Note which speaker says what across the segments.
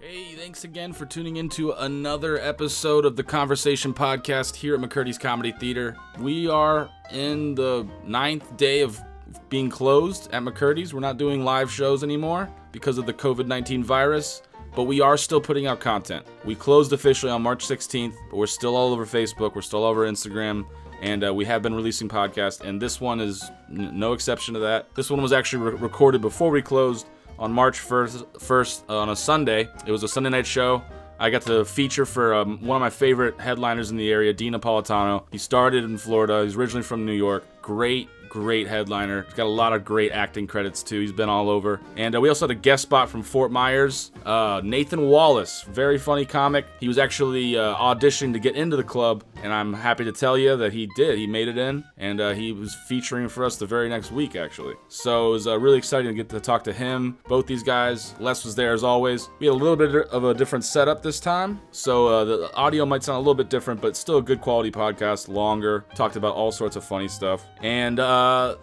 Speaker 1: Hey, thanks again for tuning in to another episode of the Conversation Podcast here at McCurdy's Comedy Theater. We are in the ninth day of being closed at McCurdy's. We're not doing live shows anymore because of the COVID 19 virus, but we are still putting out content. We closed officially on March 16th, but we're still all over Facebook, we're still all over Instagram. And uh, we have been releasing podcasts, and this one is n- no exception to that. This one was actually re- recorded before we closed, on March 1st, 1st on a Sunday. It was a Sunday night show. I got to feature for um, one of my favorite headliners in the area, Dean Napolitano. He started in Florida. He's originally from New York. Great, great headliner. He's got a lot of great acting credits too. He's been all over. And uh, we also had a guest spot from Fort Myers, uh, Nathan Wallace, very funny comic. He was actually uh, auditioning to get into the club, and I'm happy to tell you that he did. He made it in, and uh, he was featuring for us the very next week, actually. So it was uh, really exciting to get to talk to him. Both these guys, Les was there as always. We had a little bit of a different setup this time, so uh, the audio might sound a little bit different, but still a good quality podcast, longer, talked about all sorts of funny stuff. And, uh,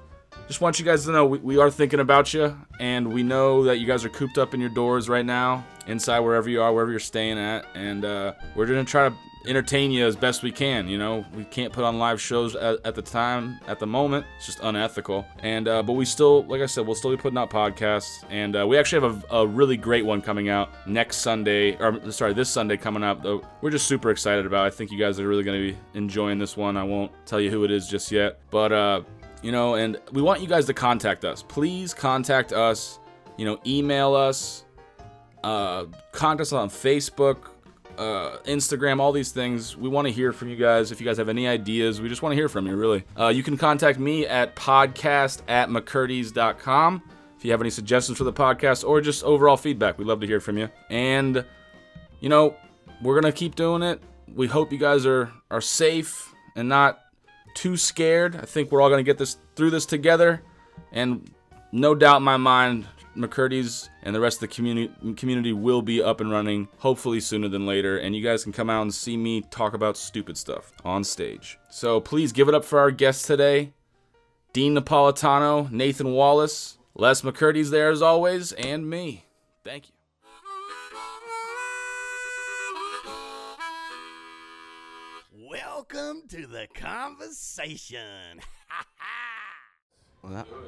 Speaker 1: just want you guys to know we, we are thinking about you and we know that you guys are cooped up in your doors right now inside wherever you are wherever you're staying at and uh, we're gonna try to entertain you as best we can you know we can't put on live shows at, at the time at the moment it's just unethical and uh, but we still like i said we'll still be putting out podcasts and uh, we actually have a, a really great one coming out next sunday or sorry this sunday coming up though we're just super excited about it. i think you guys are really gonna be enjoying this one i won't tell you who it is just yet but uh you know and we want you guys to contact us please contact us you know email us uh contact us on facebook uh, Instagram, all these things. We want to hear from you guys. If you guys have any ideas, we just want to hear from you, really. Uh, you can contact me at podcast at McCurdy's.com if you have any suggestions for the podcast or just overall feedback. We'd love to hear from you. And you know, we're gonna keep doing it. We hope you guys are are safe and not too scared. I think we're all gonna get this through this together, and no doubt in my mind, McCurdy's and the rest of the community community will be up and running hopefully sooner than later. And you guys can come out and see me talk about stupid stuff on stage. So please give it up for our guests today, Dean Napolitano, Nathan Wallace, Les McCurdy's there as always, and me. Thank you.
Speaker 2: Welcome to the conversation.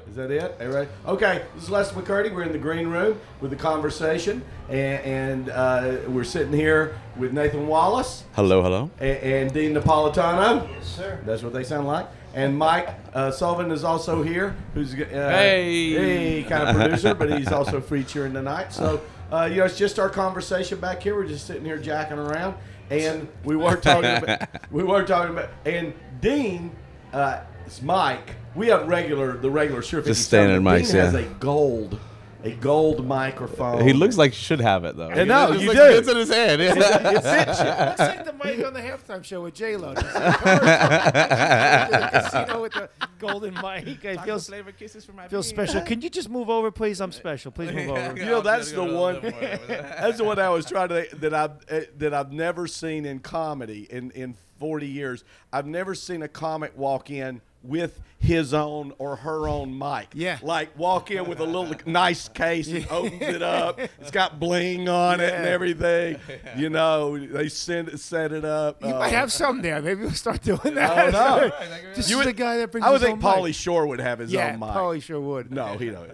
Speaker 3: Is that it? All right. Okay. This is Les McCurdy. We're in the green room with the conversation, and, and uh, we're sitting here with Nathan Wallace
Speaker 4: Hello, hello.
Speaker 3: and, and Dean Napolitano. Yes, sir. That's what they sound like. And Mike uh, Sullivan is also here, who's uh,
Speaker 1: Hey.
Speaker 3: hey, kind of producer, but he's also featuring tonight. So uh, you know, it's just our conversation back here. We're just sitting here jacking around, and we were talking. About, we were talking about, and Dean, uh, it's Mike. We have regular the regular Sure 57.
Speaker 4: standard
Speaker 3: Dean
Speaker 4: mics,
Speaker 3: has
Speaker 4: yeah.
Speaker 3: a gold, a gold microphone.
Speaker 4: He looks like he should have it though.
Speaker 3: And no,
Speaker 4: He just
Speaker 3: you
Speaker 4: looks
Speaker 3: do.
Speaker 4: like It's in his hand. Yeah.
Speaker 3: it's itching.
Speaker 5: Looks like the mic on the halftime show with J Lo. casino with the golden mic. I feel,
Speaker 6: flavor kisses for my
Speaker 5: feel special. Can you just move over, please? I'm special. Please move over. Uh,
Speaker 3: You know, that's the one. That's the one I was trying to that I've eh, that I've never seen in comedy in in 40 years. I've never seen a comic walk in with his own or her own mic.
Speaker 6: Yeah.
Speaker 3: Like walk in with a little nice case and opens it up. It's got bling on it and everything. You know, they send it, set it up.
Speaker 6: You
Speaker 3: Uh,
Speaker 6: might have some there. Maybe we'll start doing
Speaker 3: I
Speaker 6: that.
Speaker 3: don't
Speaker 5: Oh,
Speaker 3: know.
Speaker 6: This
Speaker 3: You
Speaker 6: is the
Speaker 3: would-
Speaker 6: guy that brings.
Speaker 3: I would
Speaker 6: his
Speaker 3: think
Speaker 6: own mic.
Speaker 3: Paulie Shore would have his
Speaker 6: Yeah,
Speaker 3: own mic.
Speaker 6: Paulie sure would.
Speaker 3: No, he don't.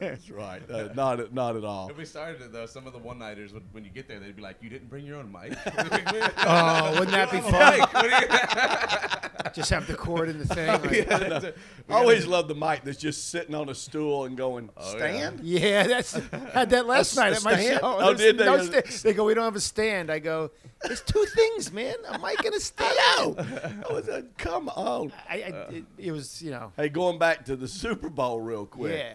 Speaker 3: That's right. Uh, not not at all.
Speaker 7: If we started it though, some of the one nighters would when you get there, they'd be like, "You didn't bring your own mic."
Speaker 6: Oh, wouldn't that be fun? just have the cord in the thing. like- yeah.
Speaker 3: I always love the mic that's just sitting on a stool and going
Speaker 6: Oh,
Speaker 3: stand.
Speaker 6: that's had that last
Speaker 3: A
Speaker 6: night at my
Speaker 3: stand?
Speaker 6: show.
Speaker 3: Oh,
Speaker 6: There's
Speaker 3: did they?
Speaker 6: no sta- they go, we don't have a stand. I go, there's two things, man. A mic and a stand.
Speaker 3: I was like, come on.
Speaker 6: I, I, it, it was, you know,
Speaker 3: Hey, going back to the Super Bowl real quick.
Speaker 6: yeah.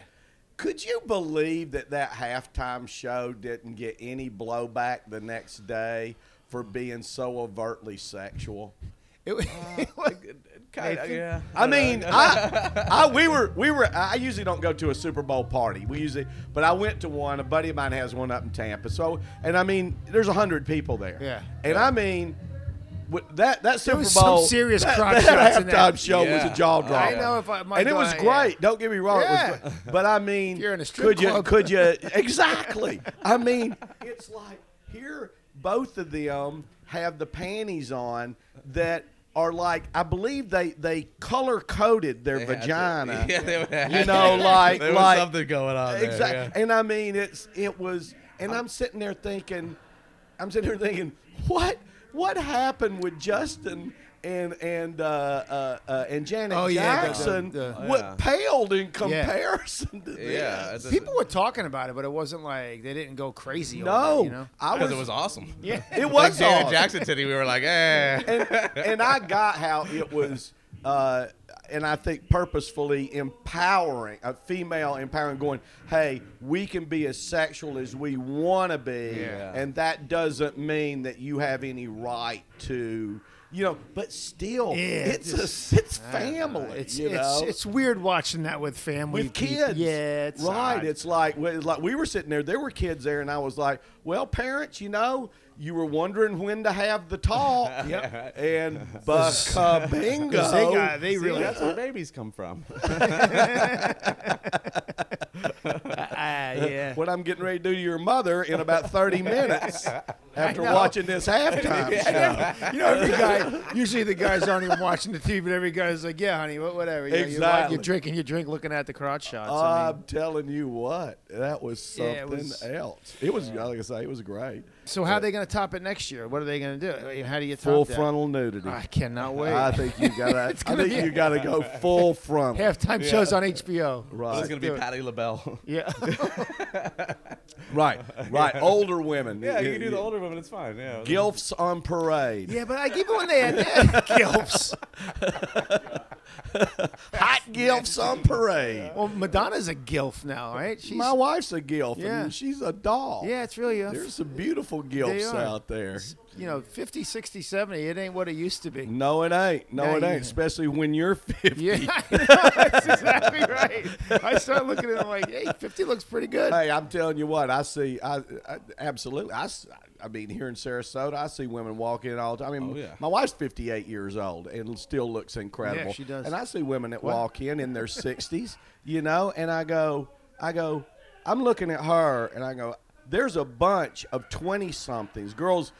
Speaker 3: Could you believe that that halftime show didn't get any blowback the next day for being so overtly sexual?
Speaker 6: It, wa-
Speaker 3: Oh,
Speaker 7: yeah.
Speaker 3: I mean, I, I we were we were. I usually don't go to a Super Bowl party. We usually, but I went to one. A buddy of mine has one up in Tampa. So, and I mean, there's a hundred people there.
Speaker 6: Yeah.
Speaker 3: And I mean, w- that that Super
Speaker 6: was some
Speaker 3: Bowl
Speaker 6: serious
Speaker 3: that,
Speaker 6: crop
Speaker 3: that
Speaker 6: shots in that.
Speaker 3: halftime show was
Speaker 7: Yeah.
Speaker 3: a jaw dropper.
Speaker 6: I know if I, my
Speaker 3: and it was
Speaker 6: guy, yeah.
Speaker 3: great. Don't get me wrong. It was
Speaker 6: Yeah.
Speaker 3: great. But I mean,
Speaker 6: You're in a strip
Speaker 3: could you?
Speaker 6: club.
Speaker 3: Could you? Exactly. I mean, it's like here, both of them have the panties on that are like I believe they they color coded their
Speaker 7: They had to-
Speaker 3: vagina.
Speaker 7: Yeah, they had
Speaker 3: You
Speaker 7: to.
Speaker 3: know, like
Speaker 7: there
Speaker 3: like
Speaker 7: was something going on. there,
Speaker 3: exactly.
Speaker 7: yeah.
Speaker 3: And I mean, it's it was, and I'm sitting there thinking, I'm sitting there thinking, what what happened with Justin and and uh, uh, uh, and Janet
Speaker 6: Oh, yeah, the-
Speaker 3: Jackson?
Speaker 6: the- the-
Speaker 3: what
Speaker 7: Yeah.
Speaker 3: paled in comparison to this?
Speaker 7: Yeah, it's-
Speaker 6: People were talking about it, but it wasn't like they didn't go crazy.
Speaker 3: No,
Speaker 6: over it, you know.
Speaker 3: I
Speaker 7: because
Speaker 3: was.
Speaker 7: it was awesome. Yeah,
Speaker 3: it was
Speaker 7: Janet
Speaker 3: awesome.
Speaker 7: Jackson titty. We were like, eh.
Speaker 3: and, and I got how it was, uh, and I think purposefully empowering a female empowering, going, "Hey, we can be as sexual as we want to be,
Speaker 7: Yeah.
Speaker 3: and that doesn't mean that you have any right to." You know, but still, it's a, it's family.
Speaker 6: It's
Speaker 3: you
Speaker 6: it's,
Speaker 3: know?
Speaker 6: it's weird watching that with family
Speaker 3: with
Speaker 6: people.
Speaker 3: kids.
Speaker 6: Yeah, it's
Speaker 3: right.
Speaker 6: odd.
Speaker 3: It's like well, it's like we were sitting there. There were kids there, and I was like, "Well, parents, you know, you were wondering when to have the talk." yep. And but bingo,
Speaker 6: they got they really
Speaker 4: That's where babies come from.
Speaker 6: ah, yeah.
Speaker 3: what I'm getting ready to do to your mother in about 30 minutes after watching this halftime show.
Speaker 6: You know, every guy. Usually, the guys aren't even watching the TV, but every guy's like, "Yeah, honey, wha- whatever." Yeah, You're, like,
Speaker 3: Exactly. Uh,
Speaker 6: you're drinking, you drink, looking at the crotch shots. I mean.
Speaker 3: I'm telling you what, that was
Speaker 6: Yeah,
Speaker 3: something
Speaker 6: it was-
Speaker 3: else. It was like I say, it was great.
Speaker 6: So, how are they going to top it next year? What are they going to do? How do you top
Speaker 3: Full
Speaker 6: that?
Speaker 3: frontal nudity.
Speaker 6: I cannot wait.
Speaker 3: I think you gotta. I think you gotta go full frontal.
Speaker 6: Halftime shows on HBO.
Speaker 3: Right.
Speaker 7: It's gonna be Patty LaBelle.
Speaker 6: Yeah.
Speaker 3: Right, right. Older women.
Speaker 4: yeah, you can do the older women. It's fine. Yeah.
Speaker 3: Gilfs on parade.
Speaker 6: yeah, but I keep it when they had that. Gilfs.
Speaker 3: Hot gilfs on parade.
Speaker 6: Well, Madonna's a gilf now, right? She's,
Speaker 3: My wife's a gilf,
Speaker 6: Yeah.
Speaker 3: and she's a doll.
Speaker 6: yeah, it's really a,
Speaker 3: There's some beautiful
Speaker 6: They
Speaker 3: gilfs
Speaker 6: are.
Speaker 3: out there.
Speaker 6: you know 50, 60, 70. It ain't what it used to be.
Speaker 3: No, it ain't. No,
Speaker 6: No,
Speaker 3: it
Speaker 6: you-
Speaker 3: ain't. Especially when you're 50.
Speaker 6: Yeah, I know, that's exactly right. I start looking at him like, hey, 50 looks pretty good.
Speaker 3: Hey, I'm telling you what, I see. I, I absolutely. I, s- I mean, here in Sarasota, I see women walk in all the time. I mean,
Speaker 7: Oh, yeah.
Speaker 3: my wife's 58 years old and still looks incredible.
Speaker 6: Yeah, she does.
Speaker 3: And I see women that walk in in their 60s, you know, and I go, I go, I'm looking at her, and I go, there's a bunch of 20 somethings, girls,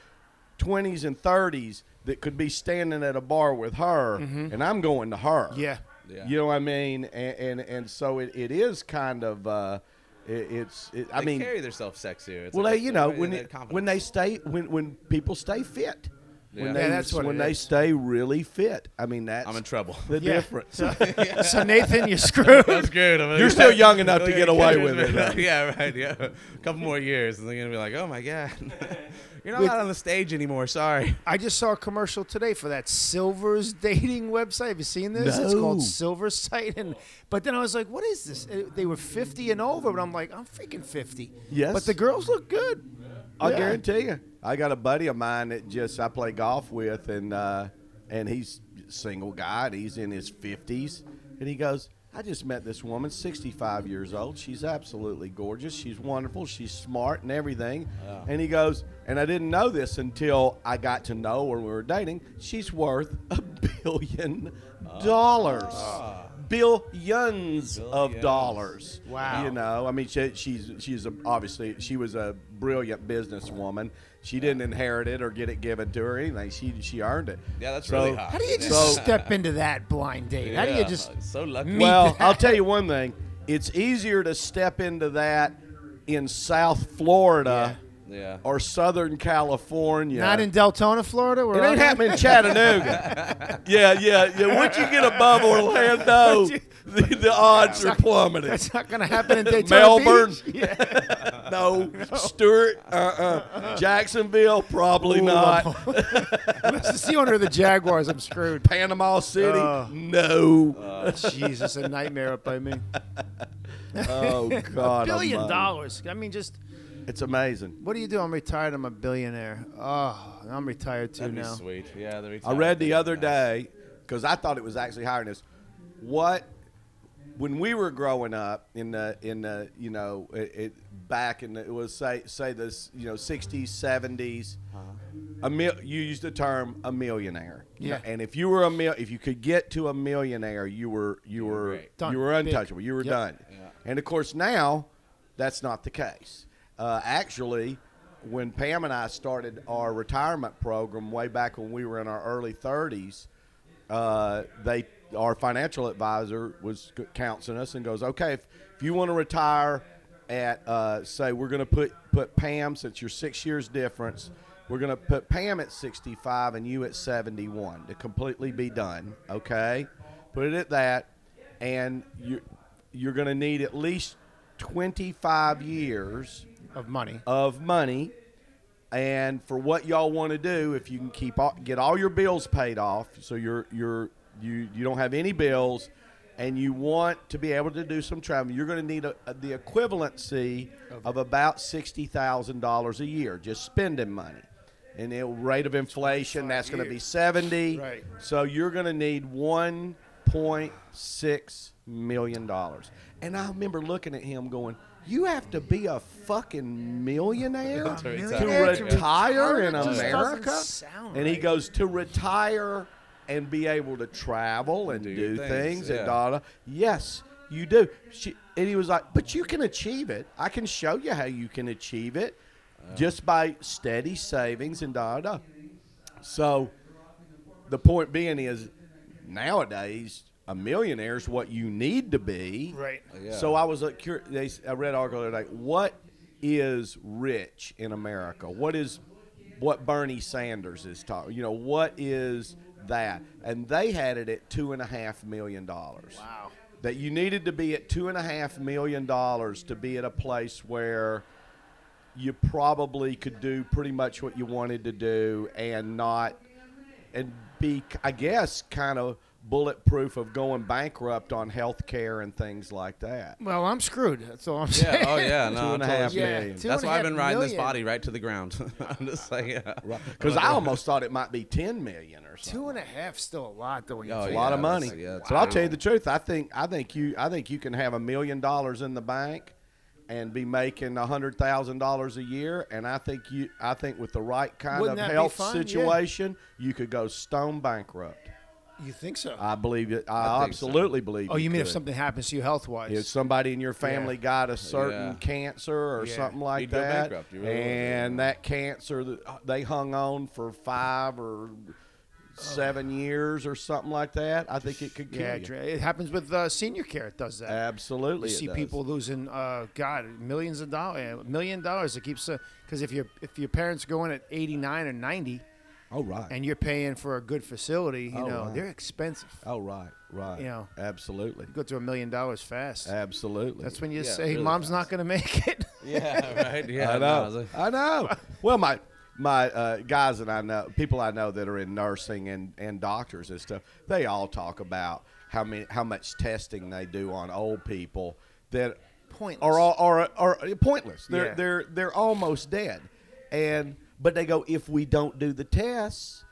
Speaker 3: 20s and 30s that could be standing at a bar with her, and I'm going to her.
Speaker 6: Mm-hmm. Yeah.
Speaker 7: Yeah.
Speaker 3: You know what I mean? And and, and so it, it is kind of uh, it, it's it, I
Speaker 7: They
Speaker 3: mean
Speaker 7: carry themselves sexier. It's
Speaker 3: well
Speaker 7: like-
Speaker 3: they, you know
Speaker 7: they're-
Speaker 3: when
Speaker 7: they're
Speaker 3: it,
Speaker 7: confident.
Speaker 3: when they stay when when people stay fit when
Speaker 7: Yeah.
Speaker 3: they
Speaker 6: Yeah, that's what
Speaker 3: when
Speaker 6: it
Speaker 3: they
Speaker 6: is.
Speaker 3: stay really fit. I mean that's
Speaker 7: I'm in trouble.
Speaker 3: the
Speaker 6: Yeah.
Speaker 3: difference.
Speaker 6: So, Nathan, you're screwed.
Speaker 7: I'm scared. I'm
Speaker 3: You're still young enough to get away with it. though.
Speaker 7: yeah, right. Yeah, a couple more years, and they're gonna be like, "Oh my god, you're not out on the stage anymore." Sorry.
Speaker 6: I just saw a commercial today for that Silver's dating website. Have you seen this? It's
Speaker 3: No.
Speaker 6: called Silver Site. And but then I was like, what is this? Uh, They were 50 and over, but I'm like, I'm freaking 50.
Speaker 3: Yes.
Speaker 6: But the girls look good.
Speaker 3: I
Speaker 6: Yeah.
Speaker 3: guarantee you. I got a buddy of mine that just I play golf with, and uh, and he's a single guy, and he's in his fifties, and he goes, "I just met this woman, sixty-five years old. She's absolutely gorgeous. She's wonderful. She's smart and everything." And he goes, "And I didn't know this until I got to know her when we were dating. She's worth a billion dollars." Ah. Billions of
Speaker 7: Billions.
Speaker 3: dollars.
Speaker 6: Wow.
Speaker 3: You know, no, I mean she, she's she's a, obviously she was a brilliant businesswoman. She didn't inherit it or get it given to her or anything. She she earned it.
Speaker 7: Yeah, that's
Speaker 3: So-
Speaker 7: really hot.
Speaker 6: How do you just
Speaker 3: So-
Speaker 6: step into that blind date? How do you
Speaker 7: Yeah,
Speaker 6: just
Speaker 7: so lucky?
Speaker 6: meet
Speaker 3: Well,
Speaker 6: that?
Speaker 3: I'll tell you one thing. It's easier to step into that in South Florida
Speaker 7: yeah.
Speaker 3: or Southern California.
Speaker 6: not in Deltona, Florida? Where
Speaker 3: it
Speaker 6: I'm
Speaker 3: ain't happening in Chattanooga. yeah, yeah, yeah. Once you get above Orlando, the, the odds are plummeting.
Speaker 6: That's not going to happen in Daytona
Speaker 3: Melbourne.
Speaker 6: Beach. Yeah.
Speaker 3: No, Stewart, uh-uh. Jacksonville, probably not.
Speaker 6: Unless it's the owner of the Jaguars, I'm screwed.
Speaker 3: Panama City,
Speaker 6: Uh.
Speaker 3: no.
Speaker 6: Jesus, a nightmare up by me.
Speaker 3: oh God,
Speaker 6: Billion
Speaker 3: almighty.
Speaker 6: dollars. I mean, just
Speaker 3: It's amazing.
Speaker 6: what do you do? I'm retired. I'm a billionaire. Oh, I'm retired too
Speaker 7: That'd be
Speaker 6: now.
Speaker 7: sweet. Yeah, that'd be
Speaker 3: I read the
Speaker 7: nice.
Speaker 3: other day because I thought it was actually higher than this. What when we were growing up in the in the you know it, it back in the, it was say say this you know 60s 70s a mil, you used the term a millionaire
Speaker 6: Yeah.
Speaker 3: and if you were a mil, if you could get to a millionaire you were you were
Speaker 7: great.
Speaker 6: Done.
Speaker 3: you were
Speaker 6: Big.
Speaker 3: untouchable you were
Speaker 6: Yep.
Speaker 3: done and of course now that's not the case uh, actually when Pam and I started our retirement program way back when we were in our early 30s uh, they our financial advisor was c- counseling us and goes, okay, if, if you want to retire at uh, say we're going to put put Pam since you're six years difference, we're going to put Pam at 65 and you at 71 to completely be done. Okay, put it at that, and you you're going to need at least 25 years
Speaker 6: of money.
Speaker 3: of money and for what y'all want to do if you can keep all, get all your bills paid off so you're you're you you don't have any bills and you want to be able to do some travel you're going to need a, a- the equivalency of about $60,000 a year just spending money and the rate of inflation that's going to be 70
Speaker 6: Right.
Speaker 3: so you're going to need 1.6 million dollars and i remember looking at him going you have to be a fucking millionaire
Speaker 7: To retire.
Speaker 3: to
Speaker 7: Yeah.
Speaker 3: retire in
Speaker 5: It just doesn't
Speaker 3: America?
Speaker 5: sound
Speaker 3: And he
Speaker 5: right.
Speaker 3: goes to retire and be able to travel and do,
Speaker 7: do
Speaker 3: things,
Speaker 7: things,
Speaker 3: and
Speaker 7: yeah.
Speaker 3: da da. Yes, you do. She, and he was like, "But you can achieve it. I can show you how you can achieve it, just by steady savings and da da." So, the point being is, nowadays a millionaire is what you need to be.
Speaker 6: Right.
Speaker 3: So I was like, cur- they, s- I read an article the other day. What is rich in America? What is what Bernie Sanders is talking? You know, what is that? And they had it at two and a half million dollars. Wow. That you needed to be at two and a half million dollars to be at a place where you probably could do pretty much what you wanted to do and not and be i guess kind of bulletproof of going bankrupt on health care and things like that
Speaker 6: Well, I'm screwed. That's all I'm saying.
Speaker 7: Yeah. Oh yeah. No.
Speaker 3: Two and a
Speaker 7: totally
Speaker 3: half
Speaker 7: screwed.
Speaker 3: million.
Speaker 6: Yeah, two
Speaker 7: That's
Speaker 6: and a
Speaker 7: why I've
Speaker 6: half
Speaker 7: been riding this
Speaker 6: million.
Speaker 7: body right to the ground. I'm just like, yeah.
Speaker 3: because i almost thought it might be 10 million or something
Speaker 6: Two and a half, still a lot though. When you
Speaker 7: Oh,
Speaker 6: think
Speaker 3: a
Speaker 7: yeah.
Speaker 3: lot of
Speaker 7: that's-
Speaker 3: money
Speaker 7: yeah, that's
Speaker 3: but i'll
Speaker 7: wow.
Speaker 3: tell you the truth i think i think you i think you can have a million dollars in the bank and be making a hundred thousand dollars a year, and I think you, I think with the right kind
Speaker 6: Wouldn't
Speaker 3: of
Speaker 6: that be
Speaker 3: health
Speaker 6: fun? Yeah.
Speaker 3: situation, you could go stone bankrupt.
Speaker 6: You think so?
Speaker 3: I believe it. I,
Speaker 7: I think so.
Speaker 3: absolutely believe.
Speaker 6: oh, you mean if
Speaker 3: could.
Speaker 6: something happens to you health wise?
Speaker 3: If somebody in your family got a certain
Speaker 7: Yeah.
Speaker 3: cancer or
Speaker 6: Yeah.
Speaker 3: something like
Speaker 7: You'd go
Speaker 3: that,
Speaker 7: bankrupt. You really would,
Speaker 3: and that cancer th- they hung on for five or seven years or something like that, I think it could kill
Speaker 6: yeah,
Speaker 3: you.
Speaker 6: Dre- it happens with uh, senior care. It does that.
Speaker 3: Absolutely,
Speaker 6: you
Speaker 3: it
Speaker 6: see
Speaker 3: does.
Speaker 6: people losing, uh, God, millions of dollars, million dollars. It keeps because if your if your parents go in at eighty nine or ninety,
Speaker 3: Oh right.
Speaker 6: and you're paying for a good facility, you
Speaker 3: Oh,
Speaker 6: know
Speaker 3: right.
Speaker 6: they're expensive.
Speaker 3: oh right. Right.
Speaker 6: You know.
Speaker 3: Absolutely.
Speaker 6: You go to a million dollars fast.
Speaker 3: Absolutely.
Speaker 6: That's when you
Speaker 7: Yeah,
Speaker 6: say,
Speaker 7: really
Speaker 6: "Mom's not going to make it."
Speaker 7: Yeah. Right. Yeah.
Speaker 3: I
Speaker 7: no,
Speaker 3: know.
Speaker 7: was like-
Speaker 3: I know. Well, my my uh, guys that I know, people I know that are in nursing and, and doctors and stuff, they all talk about how many how much testing they do on old people that
Speaker 6: Pointless.
Speaker 3: are all are, are pointless. They're
Speaker 6: Yeah.
Speaker 3: they're they're almost dead, and but they go if we don't do the tests,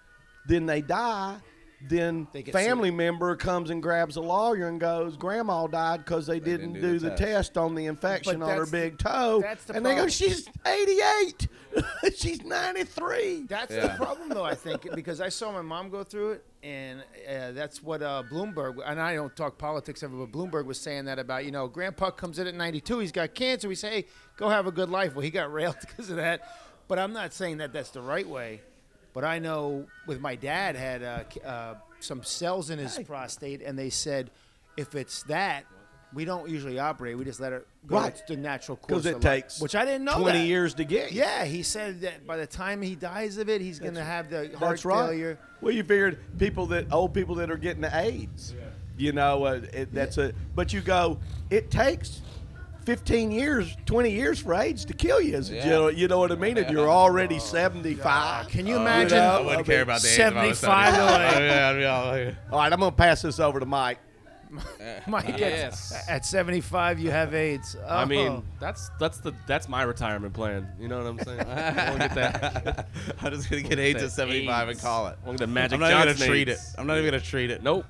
Speaker 3: then they die. Then
Speaker 6: They get
Speaker 3: family member comes and grabs a lawyer and goes, "Grandma died because they, didn't, do, the, test on the infection on her
Speaker 6: that's the-
Speaker 3: big toe."
Speaker 6: that's the
Speaker 3: and they go,
Speaker 6: problem.
Speaker 3: she's 88. she's 93.
Speaker 6: That's
Speaker 7: Yeah.
Speaker 6: the problem, though. I think because I saw my mom go through it, and uh, that's what uh, Bloomberg and I don't talk politics ever, but Bloomberg was saying that about you know Grandpa comes in at 92, he's got cancer. We say, hey, go have a good life. Well, he got railed because of that, but I'm not saying that that's the right way. But I know with my dad had uh, c- uh, some cells in his prostate, and they said if it's that. We don't usually operate. We just let it go
Speaker 3: Right.
Speaker 6: It's the natural course.
Speaker 3: Because it
Speaker 6: of life,"
Speaker 3: takes
Speaker 6: which I didn't know
Speaker 3: 20
Speaker 6: that.
Speaker 3: years to get. you.
Speaker 6: Yeah, he said that by the time he dies of it, he's going to have the heart
Speaker 3: That's right.
Speaker 6: failure.
Speaker 3: Well, you figured people that old people that are getting the AIDS. You know, uh, it, that's a. But you go. It takes. 15 years, 20 years for AIDS to kill you. As a
Speaker 7: Yeah.
Speaker 3: general, you know what I mean? If you're already 75.
Speaker 6: Can
Speaker 7: Oh,
Speaker 6: you imagine?
Speaker 7: I wouldn't care about the age if I was
Speaker 6: 75
Speaker 7: studying.
Speaker 6: to, like-
Speaker 7: Oh, yeah, I'd be all like-
Speaker 3: All right, I'm going to pass this over to Mike.
Speaker 6: Mike, at-
Speaker 8: Yes.
Speaker 6: at 75, you have AIDS. Oh.
Speaker 8: I mean, that's that's the that's my retirement plan. You know what I'm saying? I won't get that.
Speaker 7: I'm just gonna get AIDS at
Speaker 8: That
Speaker 7: 75 and
Speaker 8: AIDS.
Speaker 7: call it.
Speaker 8: Won't get the magic
Speaker 7: I'm not even
Speaker 8: Johnson
Speaker 7: gonna treat it.
Speaker 8: AIDS.
Speaker 7: I'm not even gonna treat it.
Speaker 8: Nope.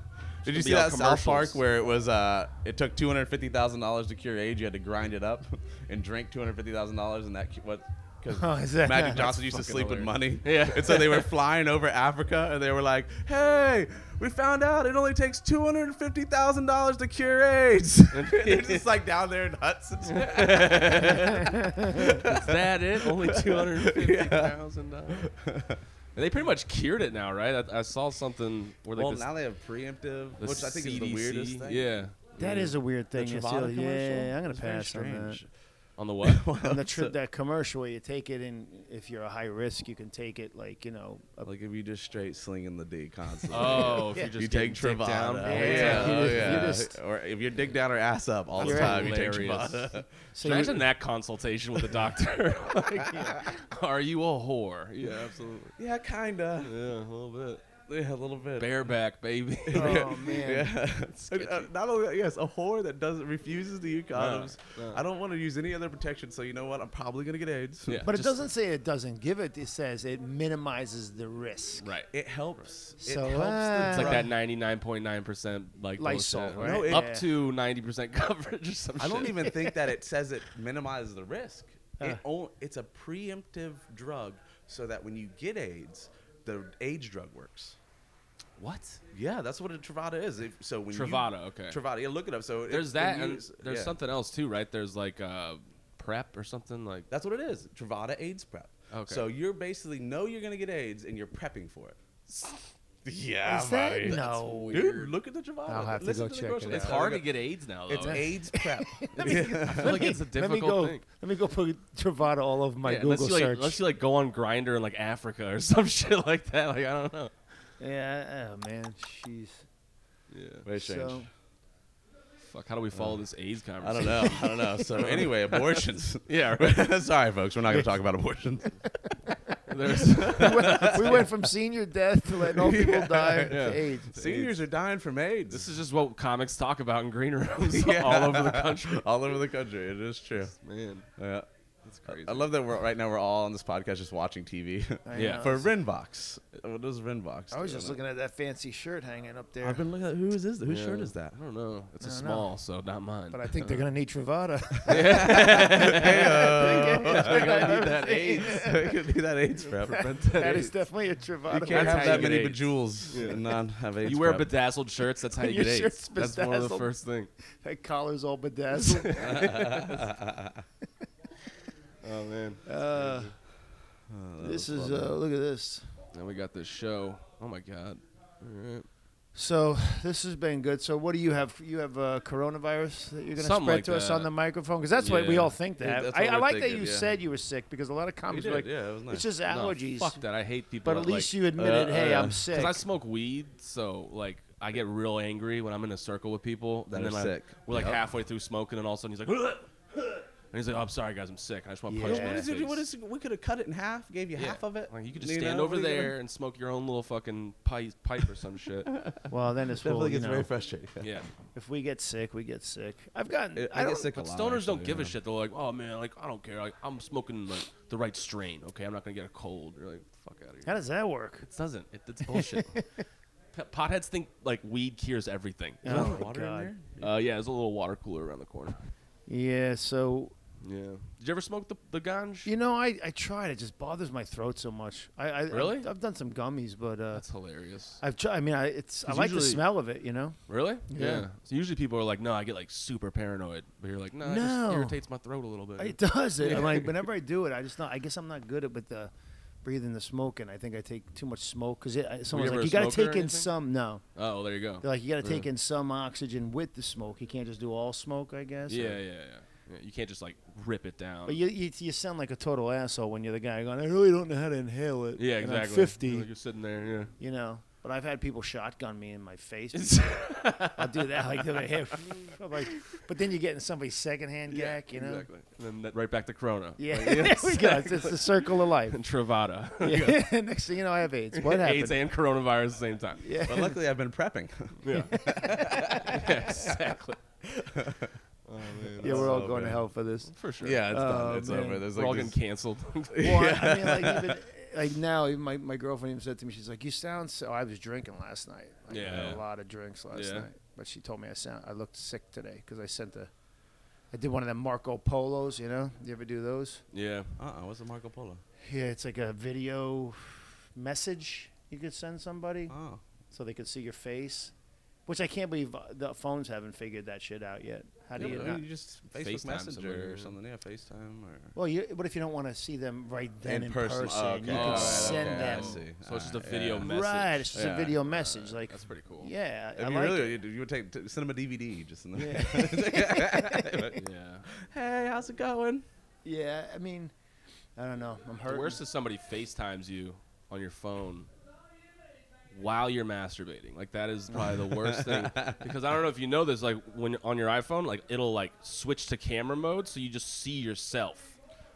Speaker 7: Did you
Speaker 9: It'll
Speaker 7: see
Speaker 9: be all
Speaker 7: that South Park
Speaker 9: commercials.
Speaker 7: where it was uh it took two hundred fifty thousand dollars to cure AIDS? You had to grind it up and drink two hundred fifty thousand dollars, and that cu- what. Because
Speaker 10: Oh, is that-
Speaker 7: Magic
Speaker 10: that's
Speaker 7: Johnson used to sleep with money,
Speaker 3: Yeah.
Speaker 7: and so they were flying over Africa, and they were like, "Hey, we found out it only takes two hundred and fifty thousand dollars to cure AIDS." and they're just like down there in huts. And shit.
Speaker 3: Is that it? Only two hundred fifty thousand dollars. They pretty much cured it now, right? I, I saw something where like
Speaker 7: well,
Speaker 3: this,
Speaker 7: now they have preemptive,
Speaker 3: the
Speaker 7: which I think is the
Speaker 3: CDC
Speaker 7: weirdest thing.
Speaker 3: Yeah,
Speaker 6: That is a weird thing.
Speaker 7: The
Speaker 6: it's
Speaker 7: Travana
Speaker 6: still-
Speaker 7: commercial
Speaker 6: yeah, I'm gonna
Speaker 7: was very
Speaker 6: pass on that.
Speaker 7: strange.
Speaker 3: on the what?
Speaker 6: On the trip, that commercial where you take it, and if you're a high risk, you can take it like you know. A,
Speaker 7: Like if you just straight slinging the D constantly.
Speaker 3: oh, if you're just
Speaker 7: you take
Speaker 3: getting dicked
Speaker 7: Travada.
Speaker 3: down.
Speaker 7: Yeah,
Speaker 3: all the
Speaker 7: yeah.
Speaker 3: time.
Speaker 7: oh,
Speaker 6: You just-
Speaker 7: yeah.
Speaker 6: you just-
Speaker 7: or if you're dick down or ass up all the
Speaker 6: You're
Speaker 7: time, you take
Speaker 3: hilarious.
Speaker 7: Travada.
Speaker 6: so you-
Speaker 3: Imagine that consultation with the doctor. Like, yeah, Are you a whore? Yeah, absolutely.
Speaker 7: yeah, kinda.
Speaker 3: Yeah, a little bit.
Speaker 7: Yeah, a little bit.
Speaker 3: Bareback, baby.
Speaker 10: Oh man.
Speaker 7: Yeah. Uh, Not only that, yes, a whore that doesn't refuses to use condoms.
Speaker 3: no.
Speaker 7: I don't want to use any other protection, so you know what? I'm probably gonna get AIDS.
Speaker 3: Yeah.
Speaker 10: But it doesn't say it doesn't give it. It says it minimizes the risk.
Speaker 3: right.
Speaker 7: It helps.
Speaker 10: So,
Speaker 7: it helps
Speaker 10: uh,
Speaker 3: It's like
Speaker 7: drug-
Speaker 3: that 99.9% like
Speaker 10: Lysol,
Speaker 3: bullshit,
Speaker 10: right?
Speaker 7: No, it-
Speaker 3: Up to 90% coverage or some
Speaker 7: I don't
Speaker 3: shit.
Speaker 7: even think that it says it minimizes the risk. It o- it's a preemptive drug so that when you get AIDS, the AIDS drug works.
Speaker 3: What?
Speaker 7: Yeah, that's what a Travada is. If, so when you-
Speaker 3: Travada, okay.
Speaker 7: Travada, yeah, look it up. So it-
Speaker 3: There's
Speaker 7: when
Speaker 3: that
Speaker 7: you-
Speaker 3: and there's
Speaker 7: yeah.
Speaker 3: something else too, right? There's like uh prep or something like
Speaker 7: That's what it is. Travada AIDS prep.
Speaker 3: Okay.
Speaker 7: So you're basically know you're gonna get AIDS and you're prepping for it. Yeah,
Speaker 10: Is that no?
Speaker 7: dude, look at the Travada.
Speaker 10: I'll have to
Speaker 7: Listen
Speaker 10: go
Speaker 7: the
Speaker 10: check
Speaker 7: commercial.
Speaker 10: it
Speaker 3: It's
Speaker 10: Yeah.
Speaker 3: hard to get AIDS now though.
Speaker 7: It's AIDS prep.
Speaker 3: I feel like it's a
Speaker 6: let me
Speaker 3: difficult
Speaker 6: go.
Speaker 3: thing.
Speaker 6: Let me go put Travada all over my
Speaker 3: Yeah,
Speaker 6: Google
Speaker 3: unless you, like,
Speaker 6: search.
Speaker 3: unless you like go on Grinder in like Africa or some shit like that. Like I don't know.
Speaker 6: yeah, oh man, jeez.
Speaker 3: Yeah.
Speaker 7: Very strange.
Speaker 6: So
Speaker 3: Fuck. How do we follow this AIDS
Speaker 7: I
Speaker 3: conversation?
Speaker 7: don't know. I don't know. So anyway, abortions.
Speaker 3: Yeah. Right.
Speaker 7: Sorry, folks. We're not going to talk about abortions.
Speaker 3: There's
Speaker 10: we, went, we went from senior death to letting old people die
Speaker 3: Yeah.
Speaker 10: to AIDS.
Speaker 7: Seniors are dying from AIDS.
Speaker 3: This is just what comics talk about in green rooms
Speaker 7: Yeah.
Speaker 3: all over the country.
Speaker 7: all over the country. It is true.
Speaker 3: Man,
Speaker 7: Yeah.
Speaker 3: that's crazy.
Speaker 7: I love that we're right now. We're all on this podcast just watching TV.
Speaker 3: Yeah.
Speaker 7: For Renvox, what is Renvox?
Speaker 10: I was
Speaker 7: do?
Speaker 10: just looking at that fancy shirt hanging up there.
Speaker 7: I've been looking at who is this? Whose shirt is that?
Speaker 3: I don't know. It's a
Speaker 10: I don't
Speaker 3: small, so not mine.
Speaker 10: but I think they're gonna need Travada.
Speaker 7: That AIDS. Could be that AIDS prep.
Speaker 10: that is definitely a Travada.
Speaker 7: You can't
Speaker 3: how
Speaker 7: have
Speaker 3: you
Speaker 7: that
Speaker 3: get
Speaker 7: many
Speaker 3: AIDS.
Speaker 7: bejewels and not have AIDS.
Speaker 3: you wear
Speaker 7: prep.
Speaker 3: bedazzled shirts. That's how you
Speaker 10: Your
Speaker 3: get AIDS.
Speaker 10: shirt's
Speaker 3: That's one of the
Speaker 10: bedazzled.
Speaker 3: first thing.
Speaker 10: That collar's all bedazzled.
Speaker 3: Oh man.
Speaker 10: Uh, this is uh, look at this.
Speaker 3: Now we got this show. Oh my god. All right.
Speaker 10: So this has been good. So what do you have? You have uh, coronavirus that you're going to spread
Speaker 3: Something like
Speaker 10: to us on
Speaker 3: that.
Speaker 10: the microphone because that's what we
Speaker 3: Yeah.
Speaker 10: all think
Speaker 7: Yeah,
Speaker 10: that.
Speaker 7: that's
Speaker 10: I,
Speaker 7: what
Speaker 10: I
Speaker 7: we're
Speaker 10: like that
Speaker 7: thinking,
Speaker 10: you
Speaker 7: yeah.
Speaker 10: said you were sick because a lot of comics
Speaker 7: did,
Speaker 10: are like,
Speaker 7: yeah, it was nice.
Speaker 10: it's just
Speaker 3: No,
Speaker 10: allergies.
Speaker 3: fuck that. I hate people.
Speaker 10: Ah, oh, but at least you admitted, hey, I'm sick.
Speaker 3: Because I smoke weed, so like I get real angry when I'm in a circle with people.
Speaker 7: That
Speaker 3: and
Speaker 7: are
Speaker 3: then I-
Speaker 7: sick.
Speaker 3: we're like
Speaker 7: Yep.
Speaker 3: halfway through smoking, and all of a sudden he's like. And he's like, oh, I'm sorry, guys, I'm sick. I just want to punch
Speaker 10: Yeah.
Speaker 3: him in
Speaker 7: What
Speaker 3: the
Speaker 7: is it-
Speaker 3: face.
Speaker 7: what is it- we could have cut it in half, gave you
Speaker 3: Yeah.
Speaker 7: half of it.
Speaker 3: Like you could just
Speaker 7: You
Speaker 3: stand
Speaker 7: know,
Speaker 3: over
Speaker 7: what are you
Speaker 3: there
Speaker 7: gonna-
Speaker 3: and smoke your own little fucking pipe, pipe or some shit.
Speaker 6: well, then it's
Speaker 7: Definitely
Speaker 6: well, you
Speaker 7: gets very
Speaker 6: know,
Speaker 7: frustrating.
Speaker 3: Yeah.
Speaker 6: if we get sick, we get sick. I've gotten.
Speaker 7: It-
Speaker 6: I,
Speaker 7: I
Speaker 6: don't,
Speaker 7: get sick a
Speaker 3: But
Speaker 7: lot.
Speaker 3: stoners don't
Speaker 7: actually,
Speaker 3: give a
Speaker 7: yeah.
Speaker 3: shit. They're like, oh man, like I don't care. Like I'm smoking like the right strain. Okay, I'm not gonna get a cold. You're like, fuck out of
Speaker 6: How
Speaker 3: here.
Speaker 6: does that work?
Speaker 3: It doesn't. It, it's bullshit. P- Potheads think like weed cures everything.
Speaker 6: Oh, my
Speaker 7: Water in
Speaker 6: God.
Speaker 7: there?
Speaker 3: Uh, yeah, there's a little water cooler around the corner.
Speaker 6: Yeah. So
Speaker 3: Yeah. Did you ever smoke the the ganj?
Speaker 6: you know, I I tried. It just bothers my throat so much. I, I
Speaker 3: Really?
Speaker 6: I've, I've done some gummies, but uh,
Speaker 3: That's hilarious.
Speaker 6: I've tried. I mean, I it's I
Speaker 3: 'Cause
Speaker 6: like the
Speaker 3: usually-
Speaker 6: smell of it. You know.
Speaker 3: Really?
Speaker 6: Yeah.
Speaker 3: So usually people are like, no, I get like super paranoid. But you're
Speaker 7: Uh,
Speaker 3: like, no, it
Speaker 6: No.
Speaker 3: just irritates my throat a little bit.
Speaker 6: It does it. I'm like whenever I do it, I just not. I guess I'm not good at with the breathing the smoke, and I think I take too much smoke because someone's
Speaker 3: ever
Speaker 6: like,
Speaker 3: a
Speaker 6: you
Speaker 3: smoker
Speaker 6: got to
Speaker 3: or
Speaker 6: take in
Speaker 3: anything?
Speaker 6: some. No,
Speaker 3: oh, well, there you go.
Speaker 6: they're like you got to take in some oxygen with the smoke. You can't just do all smoke, I guess. or-
Speaker 3: yeah, yeah, yeah, yeah. You can't just like rip it down.
Speaker 6: But you, you you sound like a total asshole when you're the guy going, I really don't know how to inhale it.
Speaker 3: yeah,
Speaker 6: and
Speaker 3: exactly.
Speaker 6: I'm Fifty,
Speaker 3: Like, you're sitting there. Yeah.
Speaker 6: you know. But I've had people shotgun me in my face. I'll do that like they're like, "Hey," I'm like, but then you get in somebody's secondhand gack, you know.
Speaker 3: Exactly. And then that, right back to Corona.
Speaker 6: Yeah, there we go. It's, it's the circle of life.
Speaker 3: And Travada.
Speaker 6: Yeah. Next thing you know, I have AIDS. What happened?
Speaker 3: AIDS and coronavirus at the same time.
Speaker 6: Yeah.
Speaker 7: But luckily, I've been prepping.
Speaker 3: Yeah. Yeah, exactly.
Speaker 6: Yeah, we're all
Speaker 7: so
Speaker 6: going to
Speaker 7: bad.
Speaker 6: hell for this.
Speaker 3: For sure.
Speaker 7: yeah, it's
Speaker 6: Oh,
Speaker 7: done. It's
Speaker 6: man.
Speaker 7: over. There's
Speaker 3: We're all
Speaker 7: like
Speaker 3: getting
Speaker 7: this,
Speaker 3: canceled.
Speaker 6: Well, I- I mean, like even like now, even my, my girlfriend even said to me, she's like, "You sound so." I was drinking last night. Like, I had
Speaker 3: Yeah.
Speaker 6: a lot of drinks last
Speaker 3: Yeah.
Speaker 6: night. But she told me I sound I looked sick today because I sent a, I did one of them Marco Polos. You know, you ever do those?
Speaker 3: Yeah.
Speaker 7: Uh uh-uh, what's a Marco Polo?
Speaker 6: Yeah, it's like a video message you could send somebody
Speaker 7: Oh.
Speaker 6: so they could see your face, which I can't believe uh, the phones haven't figured that shit out yet. How do
Speaker 7: Oh, Yeah,
Speaker 6: you?
Speaker 7: but
Speaker 6: Not?
Speaker 7: you just Facebook
Speaker 3: FaceTime
Speaker 7: Messenger
Speaker 3: somebody.
Speaker 7: or something. Yeah, FaceTime or.
Speaker 6: Well, you, what if you don't want to see them right then in,
Speaker 7: In person. Oh,
Speaker 6: You
Speaker 7: okay.
Speaker 6: can
Speaker 7: Oh, right,
Speaker 6: send
Speaker 7: okay, I
Speaker 6: them.
Speaker 7: see.
Speaker 3: So it's just a
Speaker 7: Alright,
Speaker 3: video
Speaker 7: yeah.
Speaker 3: message.
Speaker 6: Right, it's just
Speaker 7: Yeah.
Speaker 6: a video message. Like,
Speaker 3: That's pretty cool.
Speaker 6: yeah, I
Speaker 7: If you
Speaker 6: like
Speaker 7: really,
Speaker 6: it.
Speaker 7: you, you would take t- send them a DVD just in the.
Speaker 3: Yeah.
Speaker 7: hey, how's it going?
Speaker 6: Yeah, I mean, I don't know. I'm hurt.
Speaker 3: The worst is somebody FaceTimes you on your phone while you're masturbating. Like that is probably the worst thing because I don't know if you know this. Like when you're on your iPhone, like it'll like switch to camera mode, so you just see yourself.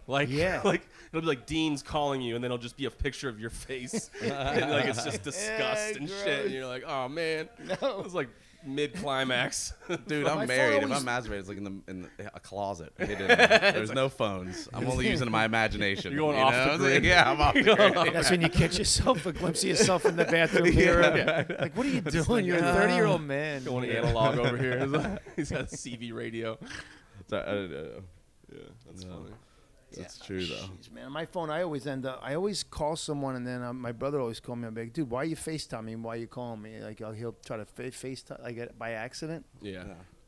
Speaker 3: Like
Speaker 6: Yeah.
Speaker 3: like it'll be like Dean's calling you, and then it'll just be a picture of your face, and like it's just disgust and shit. And you're like, oh man, no. it's like mid climax,
Speaker 7: Dude,
Speaker 6: my
Speaker 7: I'm
Speaker 6: phone
Speaker 7: married. If I'm
Speaker 6: always-
Speaker 7: masturbating, it's like in, the, in the, a closet. It is- There's no phones. I'm only using my imagination.
Speaker 3: You're going
Speaker 7: you
Speaker 3: off
Speaker 7: know?
Speaker 3: the
Speaker 7: It's like,
Speaker 3: grid.
Speaker 7: yeah, I'm off the grid.
Speaker 6: That's when you catch yourself a glimpse of yourself in the bathroom mirror. Like, what are you doing? You're a
Speaker 7: "Oh."
Speaker 6: 30 year old man.
Speaker 3: going analog over here. He's got a CV radio.
Speaker 7: So, uh, I don't know.
Speaker 3: Yeah, that's funny.
Speaker 7: That's true though.
Speaker 6: Jeez, man, my phone. I always end up. I always call someone, and then uh, my brother always called me. I'm like, dude, why are you Facetime me? Why are you calling me? Like, I'll, he'll try to fa- Facetime. I get by accident.
Speaker 3: Yeah.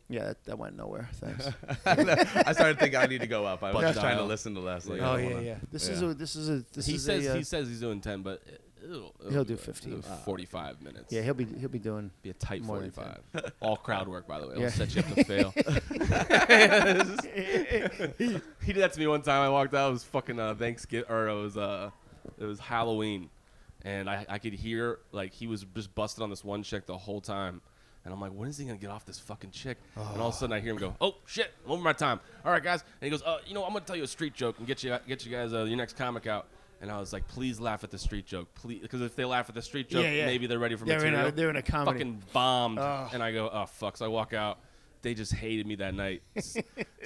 Speaker 6: Yeah, that, that went nowhere. Thanks.
Speaker 7: I started thinking I need to go up. I was
Speaker 3: Butt
Speaker 7: just trying to
Speaker 3: dial.
Speaker 7: listen to Leslie. I
Speaker 6: oh
Speaker 7: don't
Speaker 6: yeah,
Speaker 7: wanna-
Speaker 6: yeah. This is
Speaker 7: Yeah.
Speaker 6: a. This is a. This
Speaker 3: he
Speaker 6: is
Speaker 3: says
Speaker 6: a, uh,
Speaker 3: he says he's doing ten, but it'll, it'll
Speaker 6: He'll
Speaker 3: be
Speaker 6: do
Speaker 3: a-
Speaker 6: 15.
Speaker 3: it'll be Forty-five minutes.
Speaker 6: yeah, he'll be he'll be doing.
Speaker 3: be a tight
Speaker 6: more than
Speaker 3: forty-five. All crowd work, by the way. It'll
Speaker 6: Yeah.
Speaker 3: set you up to fail. he, he did that to me one time. I walked out. It was fucking uh, Thanksgiving, or it was uh, it was Halloween, and I I could hear like he was just busted on this one chick the whole time. And I'm like, when is he gonna get off this fucking chick? And all of a sudden, I hear him go, "Oh shit, I'm over my time." All right, guys. And he goes, "Uh, you know, I'm gonna tell you a street joke and get you get you guys uh, your next comic out." And I was like, "Please laugh at the street joke, please," because if they laugh at the street joke,
Speaker 6: Yeah, yeah.
Speaker 3: maybe they're ready for
Speaker 6: They're in
Speaker 3: material.
Speaker 6: a they're in a comedy.
Speaker 3: Fucking bombed. And I go, oh fuck. So I walk out. They just hated me that night.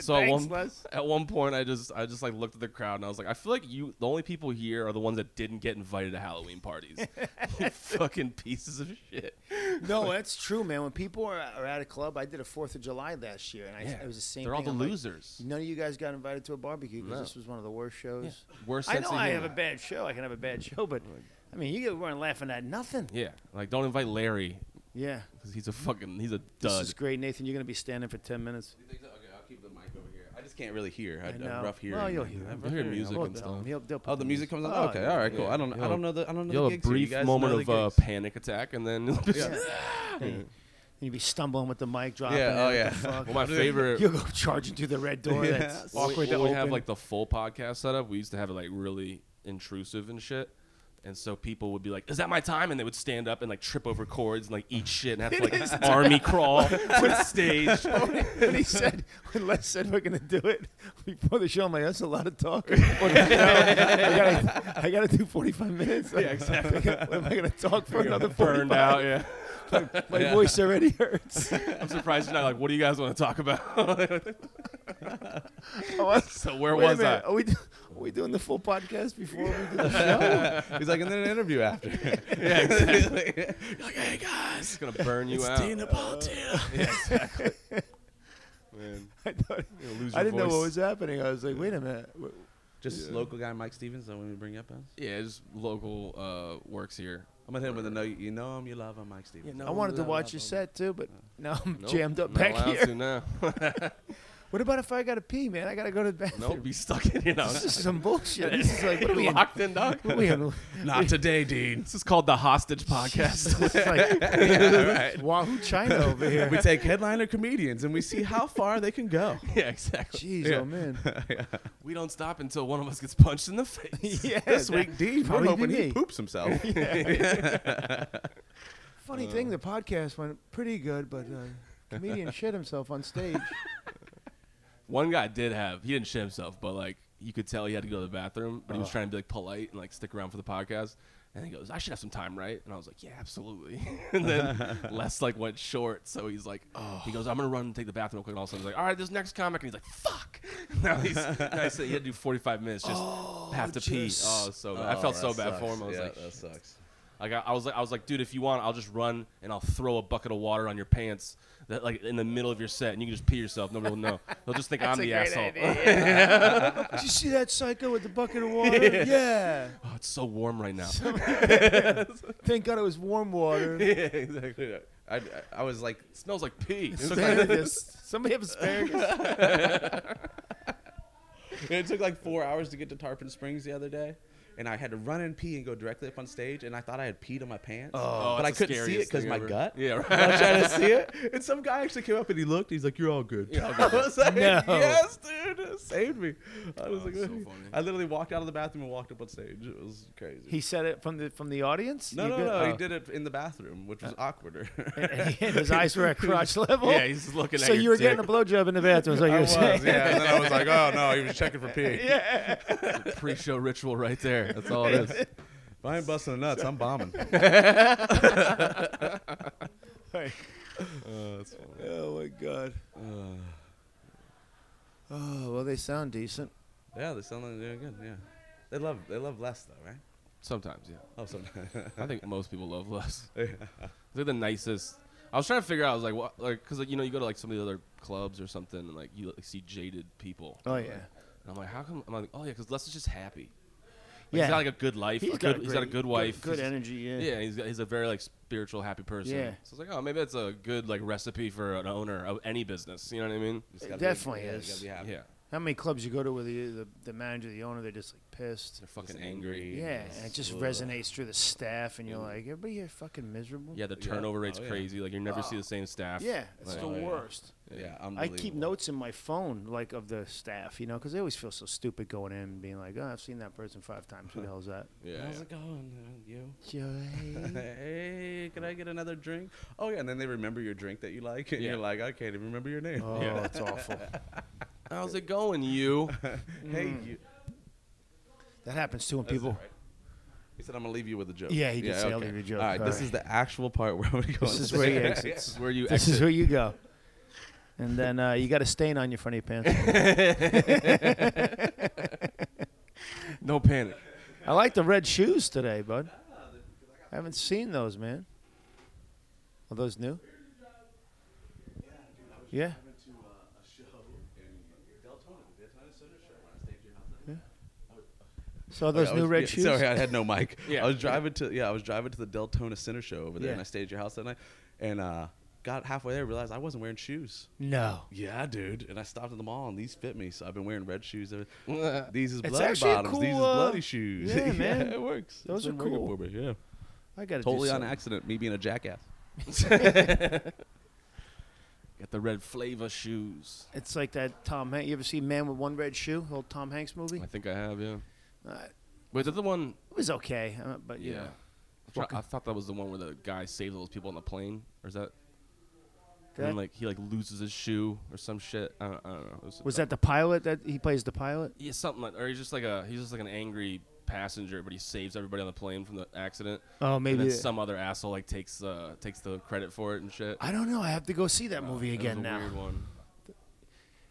Speaker 3: so at one at one point, I just I just like looked at the crowd and I was like, I feel like you the only people here are the ones that didn't get invited to Halloween parties. you fucking pieces of shit.
Speaker 6: No, that's true, man. When people are, are at a club, I did a Fourth of July last year, and I, it was the same.
Speaker 3: They're all
Speaker 6: thing.
Speaker 3: the
Speaker 6: I'm like,
Speaker 3: losers.
Speaker 6: None of you guys got invited to a barbecue because
Speaker 3: No.
Speaker 6: this was one of the worst shows.
Speaker 3: Worst
Speaker 6: I
Speaker 3: sense
Speaker 6: know
Speaker 3: of
Speaker 6: I
Speaker 3: humor.
Speaker 6: have a bad show. I can have a bad show, but I mean, you weren't laughing at nothing.
Speaker 3: yeah, like don't invite Larry
Speaker 6: Yeah,
Speaker 3: because he's a fucking he's a
Speaker 6: this
Speaker 3: dud.
Speaker 6: is great, Nathan. You're gonna be standing for ten minutes.
Speaker 7: Okay, I'll keep the mic over here. I just can't really hear. I,
Speaker 3: uh,
Speaker 6: I know.
Speaker 7: am rough hearing.
Speaker 6: Well, you'll hear.
Speaker 7: I'm
Speaker 3: I
Speaker 7: rough
Speaker 3: hear
Speaker 7: hearing.
Speaker 3: music
Speaker 6: Well,
Speaker 3: and
Speaker 6: they'll-
Speaker 3: stuff.
Speaker 6: he'll- they'll put
Speaker 7: Oh, the music comes on.
Speaker 6: Oh,
Speaker 7: okay,
Speaker 6: yeah.
Speaker 7: all right, cool.
Speaker 3: Yeah.
Speaker 7: I don't. I
Speaker 3: You'll-
Speaker 7: don't know the. I don't know
Speaker 3: You'll
Speaker 7: the
Speaker 3: have
Speaker 7: gigs.
Speaker 3: a
Speaker 7: here. You
Speaker 3: brief
Speaker 7: guys know
Speaker 3: moment
Speaker 7: the
Speaker 3: of uh,
Speaker 7: gigs.
Speaker 3: panic attack and then. yeah.
Speaker 6: Then you'd be stumbling with the mic, dropping.
Speaker 7: Yeah,
Speaker 6: it,
Speaker 7: oh,
Speaker 6: what the
Speaker 7: yeah.
Speaker 6: fuck.
Speaker 3: Well, my favorite
Speaker 6: You'll go charging through the red door.
Speaker 7: Yeah.
Speaker 6: That's
Speaker 3: Well, we-
Speaker 6: awkward to
Speaker 3: when we
Speaker 6: open.
Speaker 3: have like the full podcast setup, we used to have it like really intrusive and shit. And so people would be like, "Is that my time?" And they would stand up and like trip over cords and like eat shit and have to like army crawl to the stage.
Speaker 6: when he said, when Les said we're gonna do it before the show, I'm like, that's a lot of talk. I, gotta, I gotta do 45 minutes. Yeah, exactly. am I gonna talk for another
Speaker 3: Burned
Speaker 6: 45?
Speaker 3: out. Yeah,
Speaker 6: My voice already hurts.
Speaker 3: I'm surprised you're not like, "What do you guys want to talk about?"
Speaker 6: Oh, I-
Speaker 3: so where
Speaker 6: wait a
Speaker 3: was I?
Speaker 6: minute. Are we, do- are we doing the full podcast before we do the show?
Speaker 7: He's like, and then an interview after.
Speaker 3: Yeah, exactly. like, hey guys, it's gonna burn you out.
Speaker 6: I, thought, I didn't know what was happening. I was like, wait a minute.
Speaker 7: Just local guy Mike Stevens. That when we bring up us.
Speaker 3: Yeah, just local uh, works here.
Speaker 7: I'm gonna hit him with a no. You know him. You love him, Mike Stevens.
Speaker 3: Oh,
Speaker 6: I wanted to watch your set too, but now I'm
Speaker 3: Nope,
Speaker 6: jammed up
Speaker 3: not
Speaker 6: back
Speaker 3: allowed
Speaker 6: here.
Speaker 3: To now.
Speaker 6: What about if I gotta pee, man? I gotta go to the bathroom.
Speaker 3: nope, be stuck in here now.
Speaker 6: This is some bullshit. This is like, what are we in?
Speaker 3: locked in, dog.
Speaker 6: What are we in?
Speaker 7: Not today, Dean.
Speaker 3: This is called the Hostage Podcast.
Speaker 6: It's like
Speaker 7: right.
Speaker 6: Wahoo China over here.
Speaker 7: We take headliner comedians and we see how far they can go.
Speaker 3: yeah, exactly.
Speaker 6: Jeez, oh man.
Speaker 3: We don't stop until one of us gets punched in the face.
Speaker 6: yeah,
Speaker 7: this
Speaker 6: that-
Speaker 7: week, Dean, we're
Speaker 6: probably
Speaker 7: hoping
Speaker 6: be
Speaker 7: he
Speaker 6: me.
Speaker 7: poops himself.
Speaker 6: Funny thing, the podcast went pretty good, but uh, comedian shit himself on stage.
Speaker 3: One guy did have. He didn't shit himself, but like you could tell he had to go to the bathroom, but he was trying to be like polite and like stick around for the podcast. And he goes, "I should have some time, right?" And I was like, "Yeah, absolutely." and then Les like went short, so he's like, "He goes, I'm gonna run and take the bathroom real quick." And all of a sudden, he's like, "All right, this next comic," and he's like, "Fuck!" Now he's now he's, he had to do 45 minutes just have to pee. Oh, it was so bad. I felt so bad for him. I was
Speaker 7: yeah,
Speaker 3: like,
Speaker 7: that sucks.
Speaker 3: I got, I was like, I was like, dude, if you want, I'll just run and I'll throw a bucket of water on your pants, that like in the middle of your set, and you can just pee yourself. Nobody will know. They'll just think I'm the asshole.
Speaker 6: Did you see that psycho with the bucket of water? yeah.
Speaker 3: oh, it's so warm right now.
Speaker 6: Thank God it was warm water.
Speaker 7: yeah, exactly. I, I, I was like,
Speaker 3: It smells like pee.
Speaker 6: asparagus. Somebody have asparagus.
Speaker 7: it took like four hours to get to Tarpon Springs the other day. And I had to run and pee and go directly up on stage, and I thought I had peed on my pants,
Speaker 3: Oh,
Speaker 7: but I
Speaker 3: that's the
Speaker 7: couldn't see it
Speaker 3: scariest
Speaker 7: because
Speaker 3: thing
Speaker 7: my
Speaker 3: ever.
Speaker 7: gut.
Speaker 3: Yeah, right.
Speaker 7: I was trying to see it, and some guy actually came up and he looked. He's like, "You're all good." I was like, "Yes, dude, it saved me." I was like,
Speaker 3: that's so funny.
Speaker 7: I literally walked out of the bathroom and walked up on stage. It was crazy.
Speaker 6: he said it from the from the audience.
Speaker 7: no,
Speaker 6: You
Speaker 7: no,
Speaker 6: good?
Speaker 7: no,
Speaker 6: Oh.
Speaker 7: he did it in the bathroom, which was awkwarder.
Speaker 6: And he- and his eyes were at crotch level.
Speaker 3: yeah, he's just looking at
Speaker 6: so you were getting a blowjob in the bathroom. Is what you
Speaker 7: I
Speaker 6: were
Speaker 7: was, yeah.
Speaker 6: saying?
Speaker 7: And then I was like, "Oh no, he was checking for pee."
Speaker 3: a pre-show ritual right there. That's all it is.
Speaker 7: If I ain't busting the nuts, I'm bombing.
Speaker 6: Oh my god. Oh well, they sound decent.
Speaker 7: yeah, they sound like they're doing good. Yeah, they love they love less though, right?
Speaker 3: Sometimes, yeah.
Speaker 7: Oh, sometimes.
Speaker 3: I think most people love less. They're the nicest. I was trying to figure out. I was like, what, like, because like, you know, you go to like some of the other clubs or something, and like you like, see jaded people.
Speaker 6: Oh
Speaker 3: Like,
Speaker 6: yeah.
Speaker 3: And I'm like, how come? I'm like, oh yeah, because Les is just happy. Like,
Speaker 6: Yeah.
Speaker 3: He's got like a good life. a good, he's got a
Speaker 6: great-
Speaker 3: good wife.
Speaker 6: Good,
Speaker 3: he's,
Speaker 6: energy. Yeah.
Speaker 3: Yeah, he's got, he's a very like spiritual, happy person.
Speaker 6: Yeah.
Speaker 3: So I was like, oh, maybe that's a good like recipe for an owner of any business. You know what I mean?
Speaker 7: Just gotta be-
Speaker 6: definitely
Speaker 7: yeah, you
Speaker 6: is.
Speaker 7: gotta be happy.
Speaker 3: Yeah.
Speaker 6: How many clubs you go to where the, the the manager, the owner, they're just like pissed.
Speaker 3: They're fucking angry.
Speaker 6: Yeah, and it just resonates through the staff, and you're like, everybody here fucking miserable.
Speaker 3: Yeah, the turnover rate's
Speaker 7: yeah.
Speaker 3: crazy. Like you never see the same staff.
Speaker 6: Yeah, it's
Speaker 3: Like,
Speaker 6: the
Speaker 3: oh, yeah.
Speaker 6: worst.
Speaker 7: Yeah,
Speaker 6: I keep
Speaker 7: unbelievable.
Speaker 6: notes in my phone, like of the staff, you know, because they always feel so stupid going in and being like, "Oh, I've seen that person five times. Who the hell's that?"
Speaker 3: Yeah.
Speaker 7: How's it going, uh, you?
Speaker 6: Joey.
Speaker 7: hey, can I get another drink? Oh yeah, and then they remember your drink that you like, and
Speaker 3: Yeah.
Speaker 7: you're like, I can't even remember your name.
Speaker 6: Oh, that's awful.
Speaker 3: How's it going, you?
Speaker 7: Hey,
Speaker 6: Mm.
Speaker 7: you.
Speaker 6: That happens to when people.
Speaker 7: He said, I'm gonna leave you with a joke.
Speaker 6: Yeah, he did say, "I'll leave you a joke."
Speaker 7: All right, this
Speaker 6: Sorry.
Speaker 7: is the actual part where I'm gonna go.
Speaker 6: This
Speaker 7: on
Speaker 6: is
Speaker 7: the
Speaker 6: where he
Speaker 7: stage.
Speaker 6: exits.
Speaker 3: This is where you
Speaker 6: This
Speaker 3: exit.
Speaker 6: is where you go. And then uh, you got a stain on your front of your pants.
Speaker 3: no panic.
Speaker 6: I like the red shoes today, bud. I haven't seen those, man. Are those new? Yeah. Yeah. So are those
Speaker 7: I
Speaker 6: new
Speaker 7: was-
Speaker 6: red
Speaker 7: Oh, yeah,
Speaker 6: shoes?
Speaker 7: Sorry, I had no mic.
Speaker 3: Yeah.
Speaker 7: I was driving to yeah, I was driving to the Deltona Center show over there,
Speaker 6: Yeah.
Speaker 7: and I stayed at your house that night, and uh, got halfway there, realized I wasn't wearing shoes.
Speaker 6: No.
Speaker 7: Yeah, dude. And I stopped at the mall, and these fit me, so I've been wearing red shoes. ever- these is
Speaker 6: It's
Speaker 7: bloody
Speaker 6: actually a
Speaker 7: bottoms. these is
Speaker 6: cool, uh,
Speaker 7: bloody shoes.
Speaker 6: yeah, man.
Speaker 7: it works. It's
Speaker 6: Those are
Speaker 7: been working
Speaker 6: cool.
Speaker 7: for me, Yeah,
Speaker 6: I got to
Speaker 7: totally
Speaker 6: do
Speaker 7: on
Speaker 6: something.
Speaker 7: accident. Me being a jackass.
Speaker 3: Got the red flavor shoes.
Speaker 6: It's like that Tom Hanks. You ever see Man with One Red Shoe? Old Tom Hanks movie.
Speaker 3: I think I have, yeah.
Speaker 6: Uh,
Speaker 3: Wait, is that the one?
Speaker 6: it was okay, uh, but
Speaker 3: Yeah.
Speaker 6: you know,
Speaker 3: I'm try- I thought that was the one where the guy saved all those people on the plane, or is that? And
Speaker 6: That-
Speaker 3: then, like he like loses his shoe or some shit. I don't, I don't know. It
Speaker 6: was that the pilot that he plays the pilot?
Speaker 3: uh, Yeah, something like, or he's just like a he's just like an angry passenger, but he saves everybody on the plane from the accident.
Speaker 6: Oh, maybe
Speaker 3: And
Speaker 6: it-
Speaker 3: then some other asshole like takes uh takes the credit for it and shit.
Speaker 6: I don't know. I have to go see that
Speaker 3: Uh,
Speaker 6: movie
Speaker 3: it was
Speaker 6: again
Speaker 3: a
Speaker 6: now.
Speaker 3: Weird one.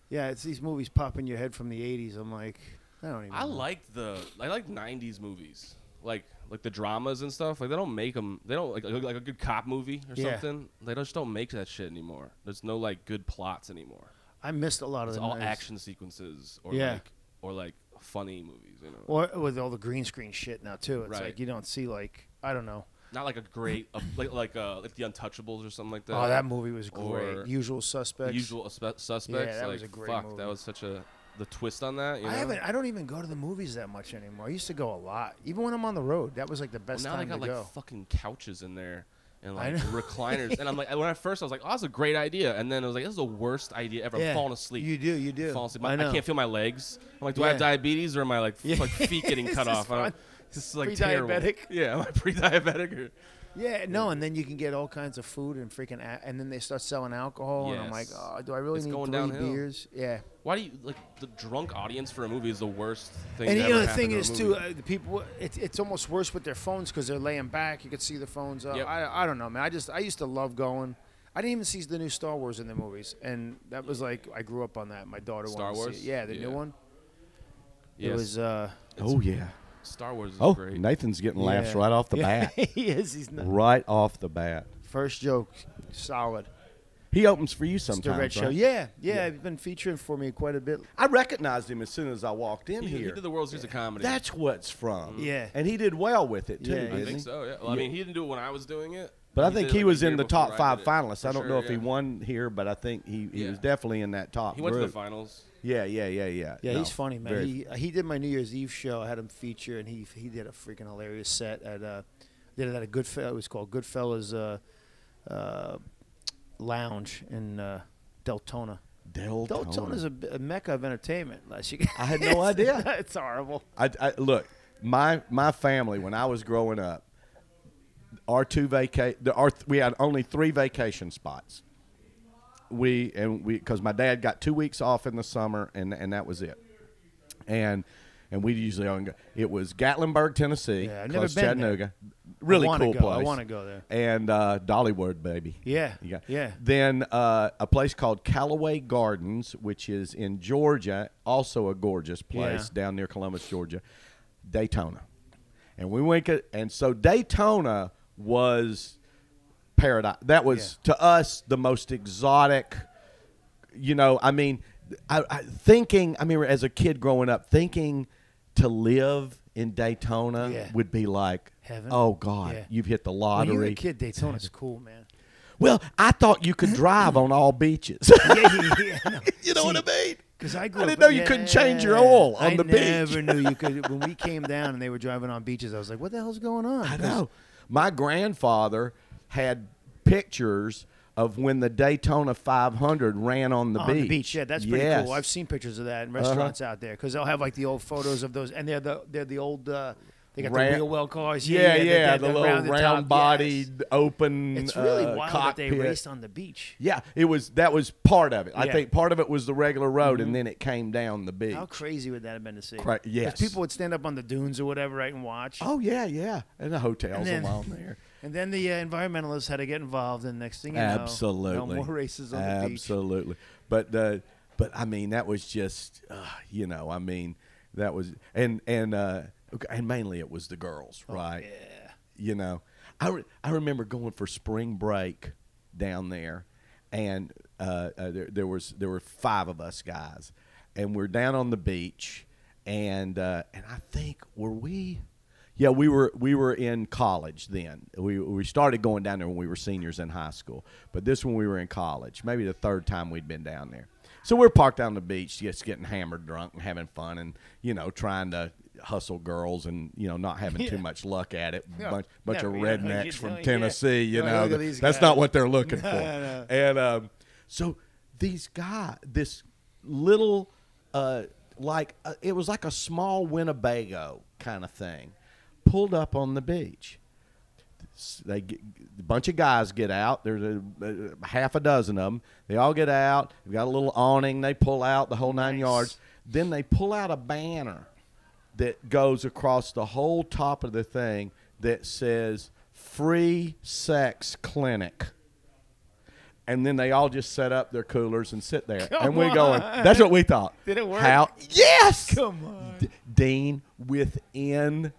Speaker 6: Yeah, it's these movies pop in your head from the '80s. I'm like, I don't even.
Speaker 3: I
Speaker 6: know.
Speaker 3: liked the I like '90s movies, like like the dramas and stuff. Like they don't make them. They don't like like a good cop movie or
Speaker 6: Yeah.
Speaker 3: something. They just don't make that shit anymore. There's no like good plots anymore.
Speaker 6: I missed a lot of
Speaker 3: It's
Speaker 6: the
Speaker 3: all
Speaker 6: 90s.
Speaker 3: action sequences or
Speaker 6: Yeah.
Speaker 3: like or like funny movies. You know,
Speaker 6: Or with all the green screen shit now too. It's
Speaker 3: Right.
Speaker 6: like you don't see like I don't know.
Speaker 3: not like a great a, like like uh like the Untouchables or something like that.
Speaker 6: Oh, that movie was
Speaker 3: or
Speaker 6: great. Usual
Speaker 3: The
Speaker 6: Suspects.
Speaker 3: Usual Suspe- Suspects.
Speaker 6: Yeah, that
Speaker 3: like,
Speaker 6: was a great
Speaker 3: fuck,
Speaker 6: movie.
Speaker 3: that was such a the twist on that. You know?
Speaker 6: I haven't. I don't even go to the movies that much anymore. I used to go a lot, even when I'm on the road. That was like the best
Speaker 3: Well, now they
Speaker 6: time
Speaker 3: got
Speaker 6: to
Speaker 3: like
Speaker 6: go.
Speaker 3: fucking couches in there and
Speaker 6: I
Speaker 3: like recliners. And I'm like, when I first, I was like, oh, that's a great idea. And then I was like, this is the worst idea ever.
Speaker 6: Yeah.
Speaker 3: I'm falling asleep.
Speaker 6: You do, you do.
Speaker 3: Falling asleep.
Speaker 6: I
Speaker 3: My- I,
Speaker 6: know.
Speaker 3: can't feel my legs. I'm like, do I have
Speaker 6: Yeah.
Speaker 3: diabetes or am I like, f-
Speaker 6: Yeah.
Speaker 3: like feet getting
Speaker 6: This
Speaker 3: cut
Speaker 6: is
Speaker 3: off? I don't-
Speaker 6: fun.
Speaker 3: This is like terrible.
Speaker 6: Pre-diabetic.
Speaker 3: Yeah, am I pre-diabetic? Or,
Speaker 6: Yeah, no, and then you can get all kinds of food and freaking, a- and then they start selling alcohol, and I'm like,
Speaker 3: Yes.
Speaker 6: oh, do I really
Speaker 3: It's
Speaker 6: need
Speaker 3: going
Speaker 6: three
Speaker 3: downhill.
Speaker 6: beers? Yeah.
Speaker 3: why do you like the drunk audience for a movie is the worst thing.
Speaker 6: And
Speaker 3: to
Speaker 6: you know
Speaker 3: ever
Speaker 6: the
Speaker 3: happen
Speaker 6: thing
Speaker 3: to a
Speaker 6: is too,
Speaker 3: movie.
Speaker 6: uh, the people. It's it's almost worse with their phones because they're laying back. You could see the phones up.
Speaker 3: Yep.
Speaker 6: I I don't know, man. I just I used to love going. I didn't even see the new Star Wars in the movies, and that was like I grew up on that. My daughter
Speaker 3: Star
Speaker 6: wanted to see
Speaker 3: Wars?
Speaker 6: it. Yeah, the
Speaker 3: Yeah.
Speaker 6: new one.
Speaker 3: yes.
Speaker 6: It was uh,
Speaker 3: Oh yeah.
Speaker 8: Star Wars is
Speaker 3: Oh,
Speaker 8: great.
Speaker 3: Nathan's getting laughs
Speaker 6: Yeah.
Speaker 3: right off the bat.
Speaker 6: he is. He's not.
Speaker 3: right off the bat.
Speaker 6: First joke, solid.
Speaker 3: He opens for you
Speaker 6: Mr.
Speaker 3: sometimes.
Speaker 6: Red Show.
Speaker 3: right?
Speaker 6: Yeah, yeah, He's been featuring for me quite a bit.
Speaker 3: I recognized him as soon as I walked in
Speaker 8: He, he
Speaker 3: here.
Speaker 8: did the World Series of Comedy.
Speaker 3: That's what's from.
Speaker 6: Mm-hmm. Yeah.
Speaker 3: And he did well with it too.
Speaker 6: Yeah, I
Speaker 8: I
Speaker 3: didn't
Speaker 8: think
Speaker 3: he?
Speaker 8: so. Yeah. Well, I mean, he didn't do it when I was doing it.
Speaker 3: But I think
Speaker 8: did it
Speaker 3: he
Speaker 8: like
Speaker 3: was
Speaker 8: a
Speaker 3: in
Speaker 8: year
Speaker 3: the
Speaker 8: before
Speaker 3: top
Speaker 8: I
Speaker 3: five
Speaker 8: did it.
Speaker 3: finalists.
Speaker 8: For
Speaker 3: I don't
Speaker 8: sure,
Speaker 3: know if he
Speaker 8: yeah.
Speaker 3: won here, but I think he, he
Speaker 8: Yeah.
Speaker 3: was definitely in that top.
Speaker 8: He went to the
Speaker 3: group.
Speaker 8: finals.
Speaker 3: Yeah, yeah, yeah, yeah.
Speaker 6: Yeah,
Speaker 3: No,
Speaker 6: he's funny, man.
Speaker 3: very-
Speaker 6: He he did my New Year's Eve show. I had him feature, and he he did a freaking hilarious set at uh did it at a good it was called Goodfellas uh, uh, Lounge in uh, Deltona.
Speaker 3: Del Tona.
Speaker 6: Deltona's a, a mecca of entertainment. Like she,
Speaker 3: I had no idea.
Speaker 6: it's horrible.
Speaker 3: I, I look my my family when I was growing up. Our two vaca there are we had only three vacation spots. We and we because my dad got two weeks off in the summer and and that was it, and and we usually only go, it was Gatlinburg, Tennessee,
Speaker 6: Yeah, I've never
Speaker 3: close to
Speaker 6: been there.
Speaker 3: Chattanooga, really
Speaker 6: wanna
Speaker 3: cool
Speaker 6: go. I
Speaker 3: place.
Speaker 6: wanna go there.
Speaker 3: And uh, Dollywood, baby.
Speaker 6: Yeah,
Speaker 3: You got-
Speaker 6: yeah.
Speaker 3: Then uh, a place called Callaway Gardens, which is in Georgia, also a gorgeous place
Speaker 6: Yeah.
Speaker 3: down near Columbus, Georgia. Daytona, and we went, to- and so Daytona was paradise. That was to us the most exotic. You know, I mean, I, I thinking. I mean, as a kid growing up, thinking to live in Daytona
Speaker 6: Yeah.
Speaker 3: would be like,
Speaker 6: Heaven.
Speaker 3: oh God,
Speaker 6: Yeah.
Speaker 3: you've hit the
Speaker 6: When
Speaker 3: lottery.
Speaker 6: you were a kid, Daytona's cool, man.
Speaker 3: Well, I thought you could drive on all beaches. you know what I mean?
Speaker 6: Because I grew
Speaker 3: I
Speaker 6: up-
Speaker 3: didn't know you couldn't change your oil
Speaker 6: Yeah,
Speaker 3: on the
Speaker 6: I
Speaker 3: beach.
Speaker 6: never knew you could. When we came down and they were driving on beaches, I was like, "What the hell's going on?"
Speaker 3: I
Speaker 6: 'Cause
Speaker 3: know. My grandfather had pictures of when the Daytona 500 ran on the
Speaker 6: on
Speaker 3: beach.
Speaker 6: the beach. Yeah, that's pretty
Speaker 3: Yes. Uh-huh.
Speaker 6: cool. I've seen pictures of that in restaurants out there because they'll have like the old photos of those, and they're the they're the old uh, they got
Speaker 3: Ra-
Speaker 6: the wheel well cars.
Speaker 3: Yeah, yeah,
Speaker 6: they're- they're-
Speaker 3: the
Speaker 6: they're
Speaker 3: little
Speaker 6: rounded top.
Speaker 3: round-bodied,
Speaker 6: Yes.
Speaker 3: open.
Speaker 6: It's really
Speaker 3: uh,
Speaker 6: wild
Speaker 3: cockpit.
Speaker 6: that they raced on the beach.
Speaker 3: Yeah, it was. That was part of it. I
Speaker 6: Yeah. Mm-hmm.
Speaker 3: think part of it was the regular road, and then it came down the beach.
Speaker 6: How crazy would that have been to see?
Speaker 3: Cra-
Speaker 6: 'Cause
Speaker 3: yes.
Speaker 6: people would stand up on the dunes or whatever, right, and watch.
Speaker 3: Oh yeah, yeah, and the hotels
Speaker 6: And then-
Speaker 3: along there.
Speaker 6: And then the uh, environmentalists had to get involved, and next thing you know,
Speaker 3: Absolutely.
Speaker 6: no more races on the beach.
Speaker 3: Absolutely. But uh, but I mean that was just uh, you know I mean that was and and uh, okay, and mainly it was the girls
Speaker 6: Oh,
Speaker 3: right yeah you know I re- I remember going for spring break down there and uh, uh, there there was there were five of us guys and we're down on the beach and uh, and I think were we. Yeah, we were we were in college then. We we started going down there when we were seniors in high school, but this one we were in college. Maybe the third time we'd been down there. So we're parked on the beach, just getting hammered, drunk, and having fun, and you know, trying to hustle girls, and you know, not having too much luck at it. bunch bunch of
Speaker 6: never, yeah, no,
Speaker 3: rednecks
Speaker 6: you
Speaker 3: from
Speaker 6: don't, yeah.
Speaker 3: Tennessee, you
Speaker 6: Like,
Speaker 3: know,
Speaker 6: look at
Speaker 3: th-
Speaker 6: these
Speaker 3: that's
Speaker 6: guys.
Speaker 3: not what they're looking for. And um, so these guy, this little, uh, like uh, it was like a small Winnebago kind of thing, pulled up on the beach. S- They get, a bunch of guys get out. There's a, a half a dozen of them. They all get out. They've got a little awning. They pull out the whole nine yards. Then they pull out a banner that goes across the whole top of the thing that says free sex clinic. And then they all just set up their coolers and sit there. and we're going, that's what we thought. Did
Speaker 6: it work?
Speaker 3: How? Yes!
Speaker 6: Come on.
Speaker 3: D- Dean, within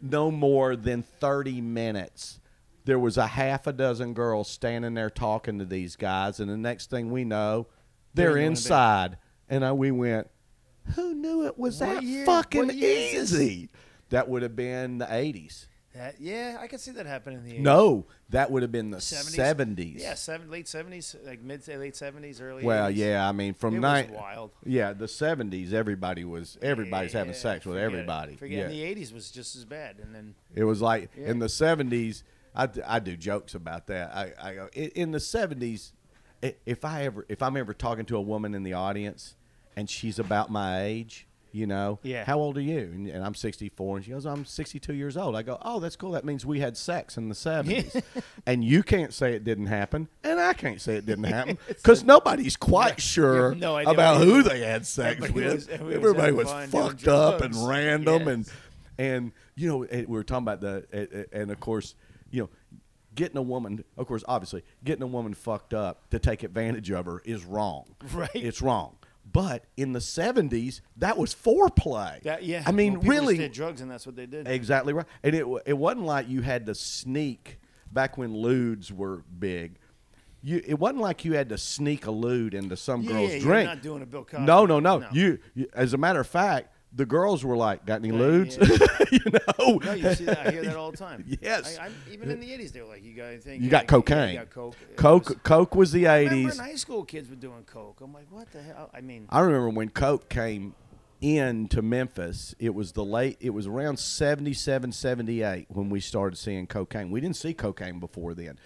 Speaker 3: no more than 30 minutes, there was a half a dozen girls standing there talking to these guys. And the next thing we know, they're inside. And I, we went, who knew it was that
Speaker 6: year-
Speaker 3: fucking
Speaker 6: what year is this?
Speaker 3: easy? That would have been the 80s.
Speaker 6: That- yeah, I could see that happening in the 80s.
Speaker 3: No, that would have been the
Speaker 6: 70s?
Speaker 3: 70s.
Speaker 6: Yeah, seven, late seventies, like mid to late seventies, early.
Speaker 3: Well,
Speaker 6: 80s.
Speaker 3: yeah, I mean, from
Speaker 6: It was
Speaker 3: night,
Speaker 6: wild.
Speaker 3: yeah, the seventies, everybody was everybody's having
Speaker 6: Yeah,
Speaker 3: sex with
Speaker 6: forget it.
Speaker 3: everybody.
Speaker 6: Forget
Speaker 3: yeah,
Speaker 6: and the eighties was just as bad, and then
Speaker 3: it was like in
Speaker 6: Yeah.
Speaker 3: the seventies. I, d- I do jokes about that. I, I go, "I- in the seventies, if I ever if I'm ever talking to a woman in the audience and she's about my age, you know,
Speaker 6: Yeah.
Speaker 3: how old are you? And, and I'm 64, and she goes, I'm 62 years old. I go, oh, that's cool. That means we had sex in the 70s, and you can't say it didn't happen, and I can't say it didn't happen because nobody's quite sure
Speaker 6: no idea
Speaker 3: about
Speaker 6: what-
Speaker 3: who they had sex
Speaker 6: Everybody
Speaker 3: with.
Speaker 6: was- everybody was
Speaker 3: everybody
Speaker 6: having
Speaker 3: was,
Speaker 6: fun doing
Speaker 3: fucked up and
Speaker 6: drugs.
Speaker 3: random
Speaker 6: Yes.
Speaker 3: and and you know and we were talking about the and- and- and of course you know getting a woman of course obviously getting a woman fucked up to take advantage of her is wrong
Speaker 6: Right.
Speaker 3: it's wrong But in the 70s, that was foreplay.
Speaker 6: That, yeah.
Speaker 3: I mean,
Speaker 6: Well, people just
Speaker 3: really,
Speaker 6: did drugs, and that's what they did.
Speaker 3: Exactly right. And it wa- it wasn't like you had to sneak back when lewds were big. You it wasn't like you had to sneak a lewd into some
Speaker 6: Yeah,
Speaker 3: girl's
Speaker 6: you're
Speaker 3: drink.
Speaker 6: not doing a Bill Cosby.
Speaker 3: No, no, no.
Speaker 6: No.
Speaker 3: You, you as a matter of fact, the girls were like, "Got any lewds?" you know.
Speaker 6: No, you see that. I hear that all the time.
Speaker 3: Yes.
Speaker 6: I, I'm, even in the 80s, they were like, you got anything?
Speaker 3: You
Speaker 6: You're
Speaker 3: got
Speaker 6: like, yeah,
Speaker 3: cocaine.
Speaker 6: you got coke. It
Speaker 3: Coke.
Speaker 6: was-
Speaker 3: Coke was the
Speaker 6: I remember
Speaker 3: eighties.
Speaker 6: in high school, kids were doing coke. I'm like, what the hell? I mean,
Speaker 3: I remember when Coke came in to Memphis, it was the late, it was around 77, 78 when we started seeing cocaine. We didn't see cocaine before then.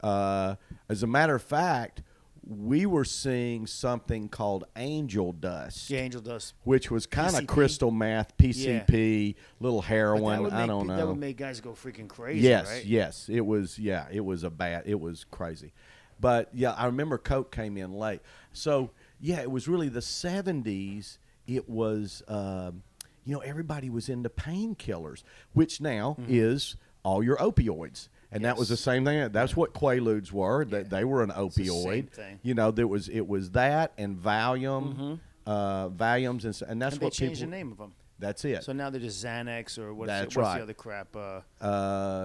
Speaker 3: Uh, as a matter of fact, we were seeing something called angel dust,
Speaker 6: the angel dust.
Speaker 3: which was kind of
Speaker 6: PCP.
Speaker 3: crystal meth, PCP, little
Speaker 6: But that
Speaker 3: heroin.
Speaker 6: would
Speaker 3: I
Speaker 6: make
Speaker 3: don't
Speaker 6: pe-
Speaker 3: know.
Speaker 6: That would make guys go freaking crazy.
Speaker 3: Yes,
Speaker 6: right?
Speaker 3: yes, it was. Yeah, it was a bad. It was crazy, but yeah, I remember Coke came in late. So yeah, it was really the seventies. It was, um, you know, everybody was into painkillers, which now
Speaker 6: Mm-hmm.
Speaker 3: is all your opioids. And that was the same thing. That's what Quaaludes were. They, they were an
Speaker 6: the
Speaker 3: opioid.
Speaker 6: same thing. Mm-hmm.
Speaker 3: You know, there was it was that and Valium, uh, Valiums, and, s- and that's
Speaker 6: And they
Speaker 3: what
Speaker 6: changed
Speaker 3: people.
Speaker 6: the name of them.
Speaker 3: That's it.
Speaker 6: So now they're just Xanax or what's,
Speaker 3: That's
Speaker 6: the, what's
Speaker 3: right.
Speaker 6: the other crap? Uh,
Speaker 3: uh,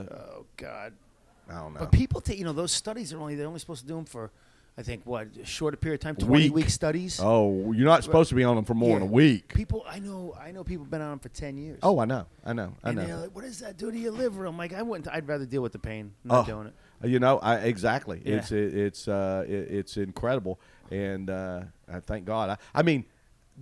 Speaker 6: oh, God.
Speaker 3: I don't know.
Speaker 6: But people take, you know, those studies are only, they're only supposed to do them for, I think, what, a short period of time? 20 week,
Speaker 3: Week.
Speaker 6: studies?
Speaker 3: oh, you're not supposed to be on them for more than a
Speaker 6: Yeah.
Speaker 3: week.
Speaker 6: People, I know, I know people been on them for 10 years.
Speaker 3: Oh, I know, I know, I
Speaker 6: and
Speaker 3: know.
Speaker 6: they're like, what does that do to your liver? I'm like, I wouldn't, I'd rather deal with the pain. I'm not
Speaker 3: Oh,
Speaker 6: doing it.
Speaker 3: You know, I, exactly.
Speaker 6: Yeah.
Speaker 3: It's it, it's uh, it, it's incredible, and uh, I thank God. I, I mean,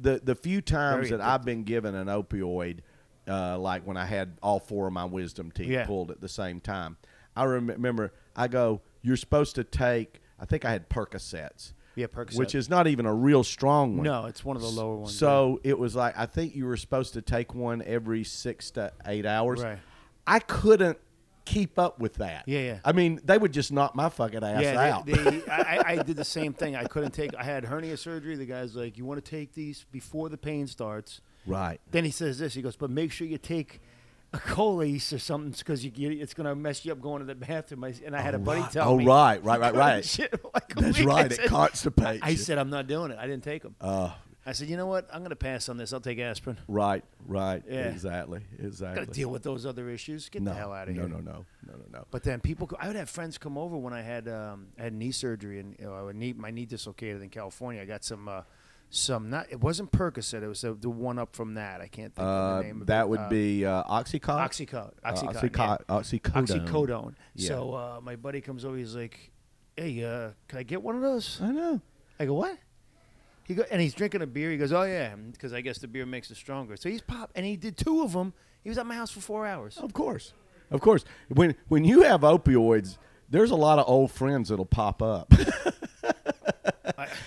Speaker 3: the the few times
Speaker 6: Very
Speaker 3: that I've been given an opioid, uh, like when I had all four of my wisdom teeth
Speaker 6: Yeah.
Speaker 3: pulled at the same time, I rem- remember I go, "You're supposed to take." I think I had Percocets.
Speaker 6: Yeah, Percocet.
Speaker 3: Which is not even a real strong one.
Speaker 6: No, it's one of the lower ones.
Speaker 3: So it was like I think you were supposed to take one every six to eight hours.
Speaker 6: Right.
Speaker 3: I couldn't keep up with that.
Speaker 6: Yeah, yeah.
Speaker 3: I mean, they would just knock my fucking ass
Speaker 6: yeah,
Speaker 3: out.
Speaker 6: they, they, I, I- I did the same thing. I couldn't take. I had hernia surgery. The guy's like, "You want to take these before the pain starts."
Speaker 3: right.
Speaker 6: Then he says this. He goes, "But make sure you take a Colace or something, because you, you, it's going to mess you up going to the bathroom." I, and I had a buddy
Speaker 3: right.
Speaker 6: tell
Speaker 3: Oh,
Speaker 6: me,
Speaker 3: right, right, right,
Speaker 6: "Couldn't
Speaker 3: right.
Speaker 6: shit for like a
Speaker 3: That's
Speaker 6: week." I
Speaker 3: right, it
Speaker 6: said-
Speaker 3: constipates
Speaker 6: I
Speaker 3: you. Uh,
Speaker 6: said, "I'm not doing it. I didn't take them." I said, "You know what? I'm going to pass on this. I'll take aspirin.
Speaker 3: Right. Right.
Speaker 6: Yeah.
Speaker 3: Exactly.
Speaker 6: i got to
Speaker 3: Exactly.
Speaker 6: deal with those other issues. Get
Speaker 3: no,
Speaker 6: the hell out of
Speaker 3: no,
Speaker 6: here."
Speaker 3: no, no, no, no, no.
Speaker 6: But then people, co- I would have friends come over when I had um, I had knee surgery and you know, I would knee my knee dislocated in California. I got some uh, some not it wasn't Percocet, it was the, the one up from that. I can't think of
Speaker 3: Uh,
Speaker 6: the name of it.
Speaker 3: that would
Speaker 6: Uh,
Speaker 3: be uh, Oxycontin.
Speaker 6: Oxycodone.
Speaker 3: Uh,
Speaker 6: Oxycodone.
Speaker 3: Oxyco-
Speaker 6: yeah.
Speaker 3: Oxycodone.
Speaker 6: Oxycodone.
Speaker 3: Yeah.
Speaker 6: So uh, my buddy comes over. He's like, "Hey, uh, can I get one of those?"
Speaker 3: I know.
Speaker 6: I go, "What?" He go, and he's drinking a beer. He goes, "Oh yeah," because I guess the beer makes it stronger. So he's pop, and he did two of them. He was at my house for four hours.
Speaker 3: Of course, of course. When when you have opioids, there's a lot of old friends that'll pop up.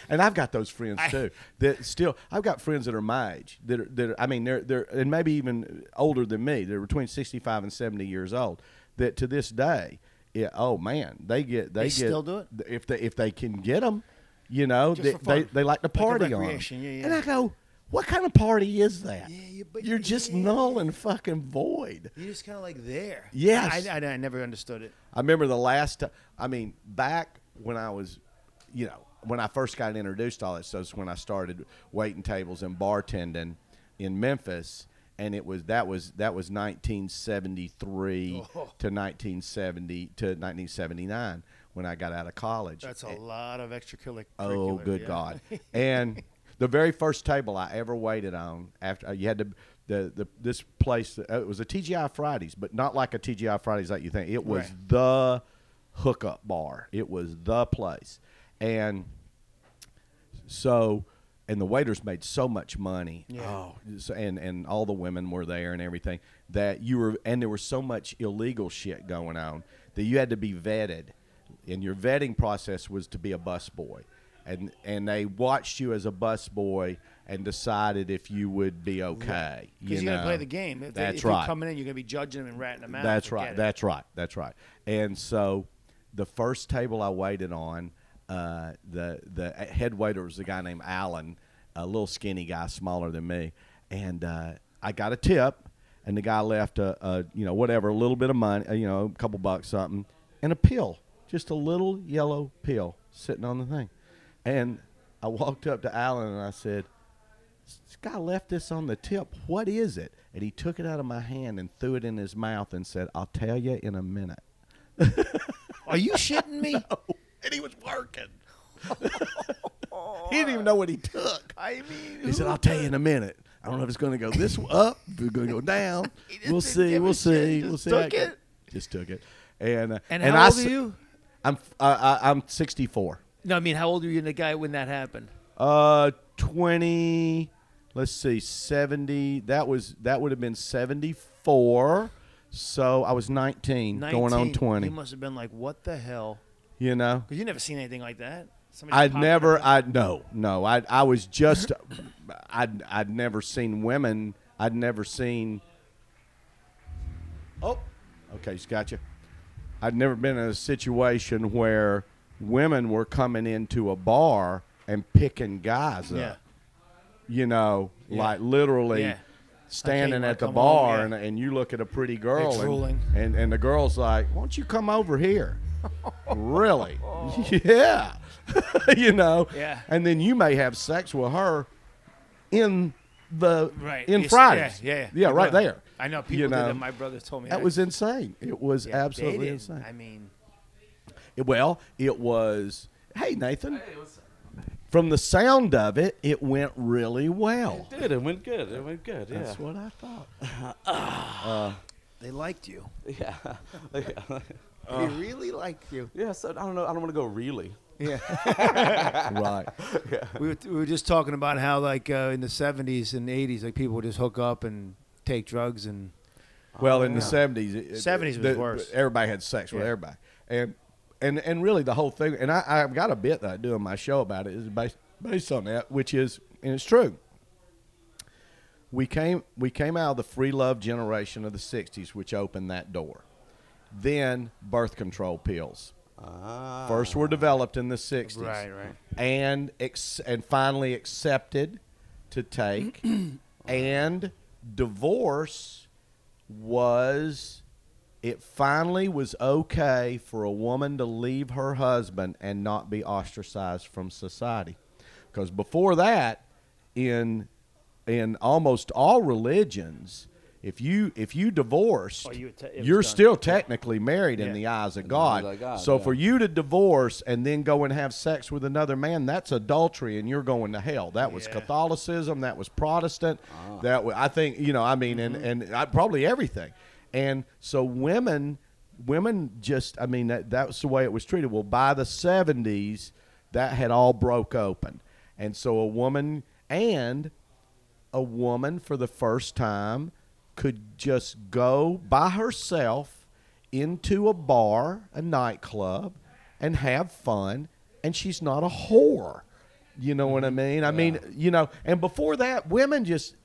Speaker 3: and I've got those friends too. That still, I've got friends that are my age. That are, that are, I mean, they're they're and maybe even older than me. They're between sixty five and seventy years old. That to this day, yeah, oh man, they get they,
Speaker 6: They
Speaker 3: get,
Speaker 6: still do it?
Speaker 3: if they if they can get them. You know,
Speaker 6: Just
Speaker 3: they,
Speaker 6: for
Speaker 3: they
Speaker 6: fun.
Speaker 3: they like to
Speaker 6: Like a
Speaker 3: party on 'em.
Speaker 6: recreation, yeah, yeah.
Speaker 3: And I go, what kind of party is that?
Speaker 6: Yeah, you- but-
Speaker 3: You're just
Speaker 6: yeah.
Speaker 3: null and fucking void.
Speaker 6: You're just kind of like there.
Speaker 3: Yes.
Speaker 6: I, I, I never understood it.
Speaker 3: I remember the last time. I mean, back when I was, you know, when I first got introduced to all that stuff, is when I started waiting tables and bartending in Memphis, and it was that was that was 1973 to 1970 to 1979 when I got out of college.
Speaker 6: That's a lot of
Speaker 3: eh.
Speaker 6: extracurricular.
Speaker 3: Oh, good
Speaker 6: yeah.
Speaker 3: God! And the very first table I ever waited on after uh, you had to the the this place uh, it was a TGI Fridays, but not like a TGI Fridays like you think. It was
Speaker 6: Right.
Speaker 3: the hookup bar. It was the place, and so. And the waiters made so much money, oh, so- and and all the women were there and everything that you were, and there was so much illegal shit going on that you had to be vetted, and your vetting process was to be a busboy, and and they watched you as a busboy and decided if you would be okay.
Speaker 6: Because you, got to
Speaker 3: know.
Speaker 6: play the game. If, they-
Speaker 3: that's
Speaker 6: if
Speaker 3: right.
Speaker 6: You're coming in, you're going to be judging them and ratting them out.
Speaker 3: That's
Speaker 6: Forget
Speaker 3: right.
Speaker 6: it.
Speaker 3: That's right. That's right. And so, the first table I waited on, uh, the the head waiter was a guy named Alan, a little skinny guy, smaller than me, and uh, I got a tip, and the guy left a, a you know whatever a little bit of money, uh, you know a couple bucks something, and a pill, just a little yellow pill sitting on the thing, and I walked up to Alan and I said, "This guy left this on the tip. What is it?" And he took it out of my hand and threw it in his mouth and said, "I'll tell you in a minute."
Speaker 5: Are you shitting me?
Speaker 3: And he was working. he didn't even know what he took.
Speaker 6: I mean,
Speaker 3: He said, "I'll tell you in a minute. I don't know if it's going to go this w- up, if it's going to go down. We'll see. We'll see. We'll see." how
Speaker 6: took
Speaker 3: go- Just took it. And uh,
Speaker 6: And,
Speaker 3: I
Speaker 6: how old
Speaker 3: s-
Speaker 6: are you?
Speaker 3: I'm f- I, I, I'm 64.
Speaker 6: No, I mean, how old were you and the guy when that happened?
Speaker 3: Uh, 20. Let's see, 70. That was that would have been 74. So I was 19,
Speaker 6: 19.
Speaker 3: going on
Speaker 6: You
Speaker 3: 20.
Speaker 6: must have been like, what the hell?
Speaker 3: You know,
Speaker 6: Because you never seen anything like that. Somebody
Speaker 3: I'd
Speaker 6: popped
Speaker 3: never.
Speaker 6: up.
Speaker 3: I no, no. I I was just. I'd I'd never seen women. I'd never seen. Oh, okay, she's got you. I'd never been in a situation where women were coming into a bar and picking guys
Speaker 6: Yeah.
Speaker 3: up. You know, like literally
Speaker 6: Yeah.
Speaker 3: standing
Speaker 6: Okay,
Speaker 3: at the
Speaker 6: come on,
Speaker 3: bar
Speaker 6: yeah.
Speaker 3: and, and you look at a pretty girl
Speaker 6: drooling.
Speaker 3: and, and and the girl's like, "Why don't you come over here?" really? Yeah. you know.
Speaker 6: Oh. Yeah.
Speaker 3: And then you may have sex with her in the
Speaker 6: Right.
Speaker 3: in
Speaker 6: Yes,
Speaker 3: Fridays.
Speaker 6: Yeah, yeah.
Speaker 3: Yeah, right
Speaker 6: No.
Speaker 3: there.
Speaker 6: I know people
Speaker 3: You know.
Speaker 6: did that. My brother told me
Speaker 3: That was insane. It was
Speaker 6: Yeah, they
Speaker 3: absolutely
Speaker 6: didn't.
Speaker 3: insane.
Speaker 6: I mean,
Speaker 3: It- well, it was. Hey, Nathan. From the sound of it, it went really well.
Speaker 4: Good. It went good. It went good. Yeah.
Speaker 3: That's what I thought.
Speaker 5: They liked you.
Speaker 4: yeah. yeah.
Speaker 3: Uh.
Speaker 6: he really liked you.
Speaker 4: Yeah. So I don't know. I don't want to go really.
Speaker 5: Yeah.
Speaker 3: right.
Speaker 5: we, were, we were just talking about how like uh, in the 70s and 80s like people would just hook up and take drugs and
Speaker 3: Uh-huh. Well, in the seventies, it- it-
Speaker 5: 70s was
Speaker 3: the-
Speaker 5: worse.
Speaker 3: Everybody had sex with
Speaker 5: Yeah.
Speaker 3: everybody, and and and really the whole thing. And I, I've got a bit that I do in my show about it is based based on that, which is and it's true. We came we came out of the free love generation of the '60s, which opened that door. Then birth control pills first were developed in the '60s,
Speaker 5: Ah. Right, right.
Speaker 3: and ex- and finally accepted to take, and divorce was it finally was okay for a woman to leave her husband and not be ostracized from society because before that in in almost all religions if you if you divorced
Speaker 6: Oh, you were te- it was
Speaker 3: you're
Speaker 6: done.
Speaker 3: still technically married in
Speaker 6: Yeah.
Speaker 3: the eyes of
Speaker 4: eyes
Speaker 3: god,
Speaker 4: of God,
Speaker 3: so
Speaker 4: yeah.
Speaker 3: for you to divorce and then go and have sex with another man that's adultery and you're going to hell that was
Speaker 6: Yeah.
Speaker 3: Catholicism, that was Protestant, that was, I think you know I mean and and I, probably everything, and so women women just I mean that that was the way it was treated. Well, by the seventies, that had all broke open, and so a woman and a woman for the first time could just go by herself into a bar, a nightclub, and have fun, and she's not a whore. You know
Speaker 5: Mm-hmm.
Speaker 3: what I mean? I mean, you know, and before that, women just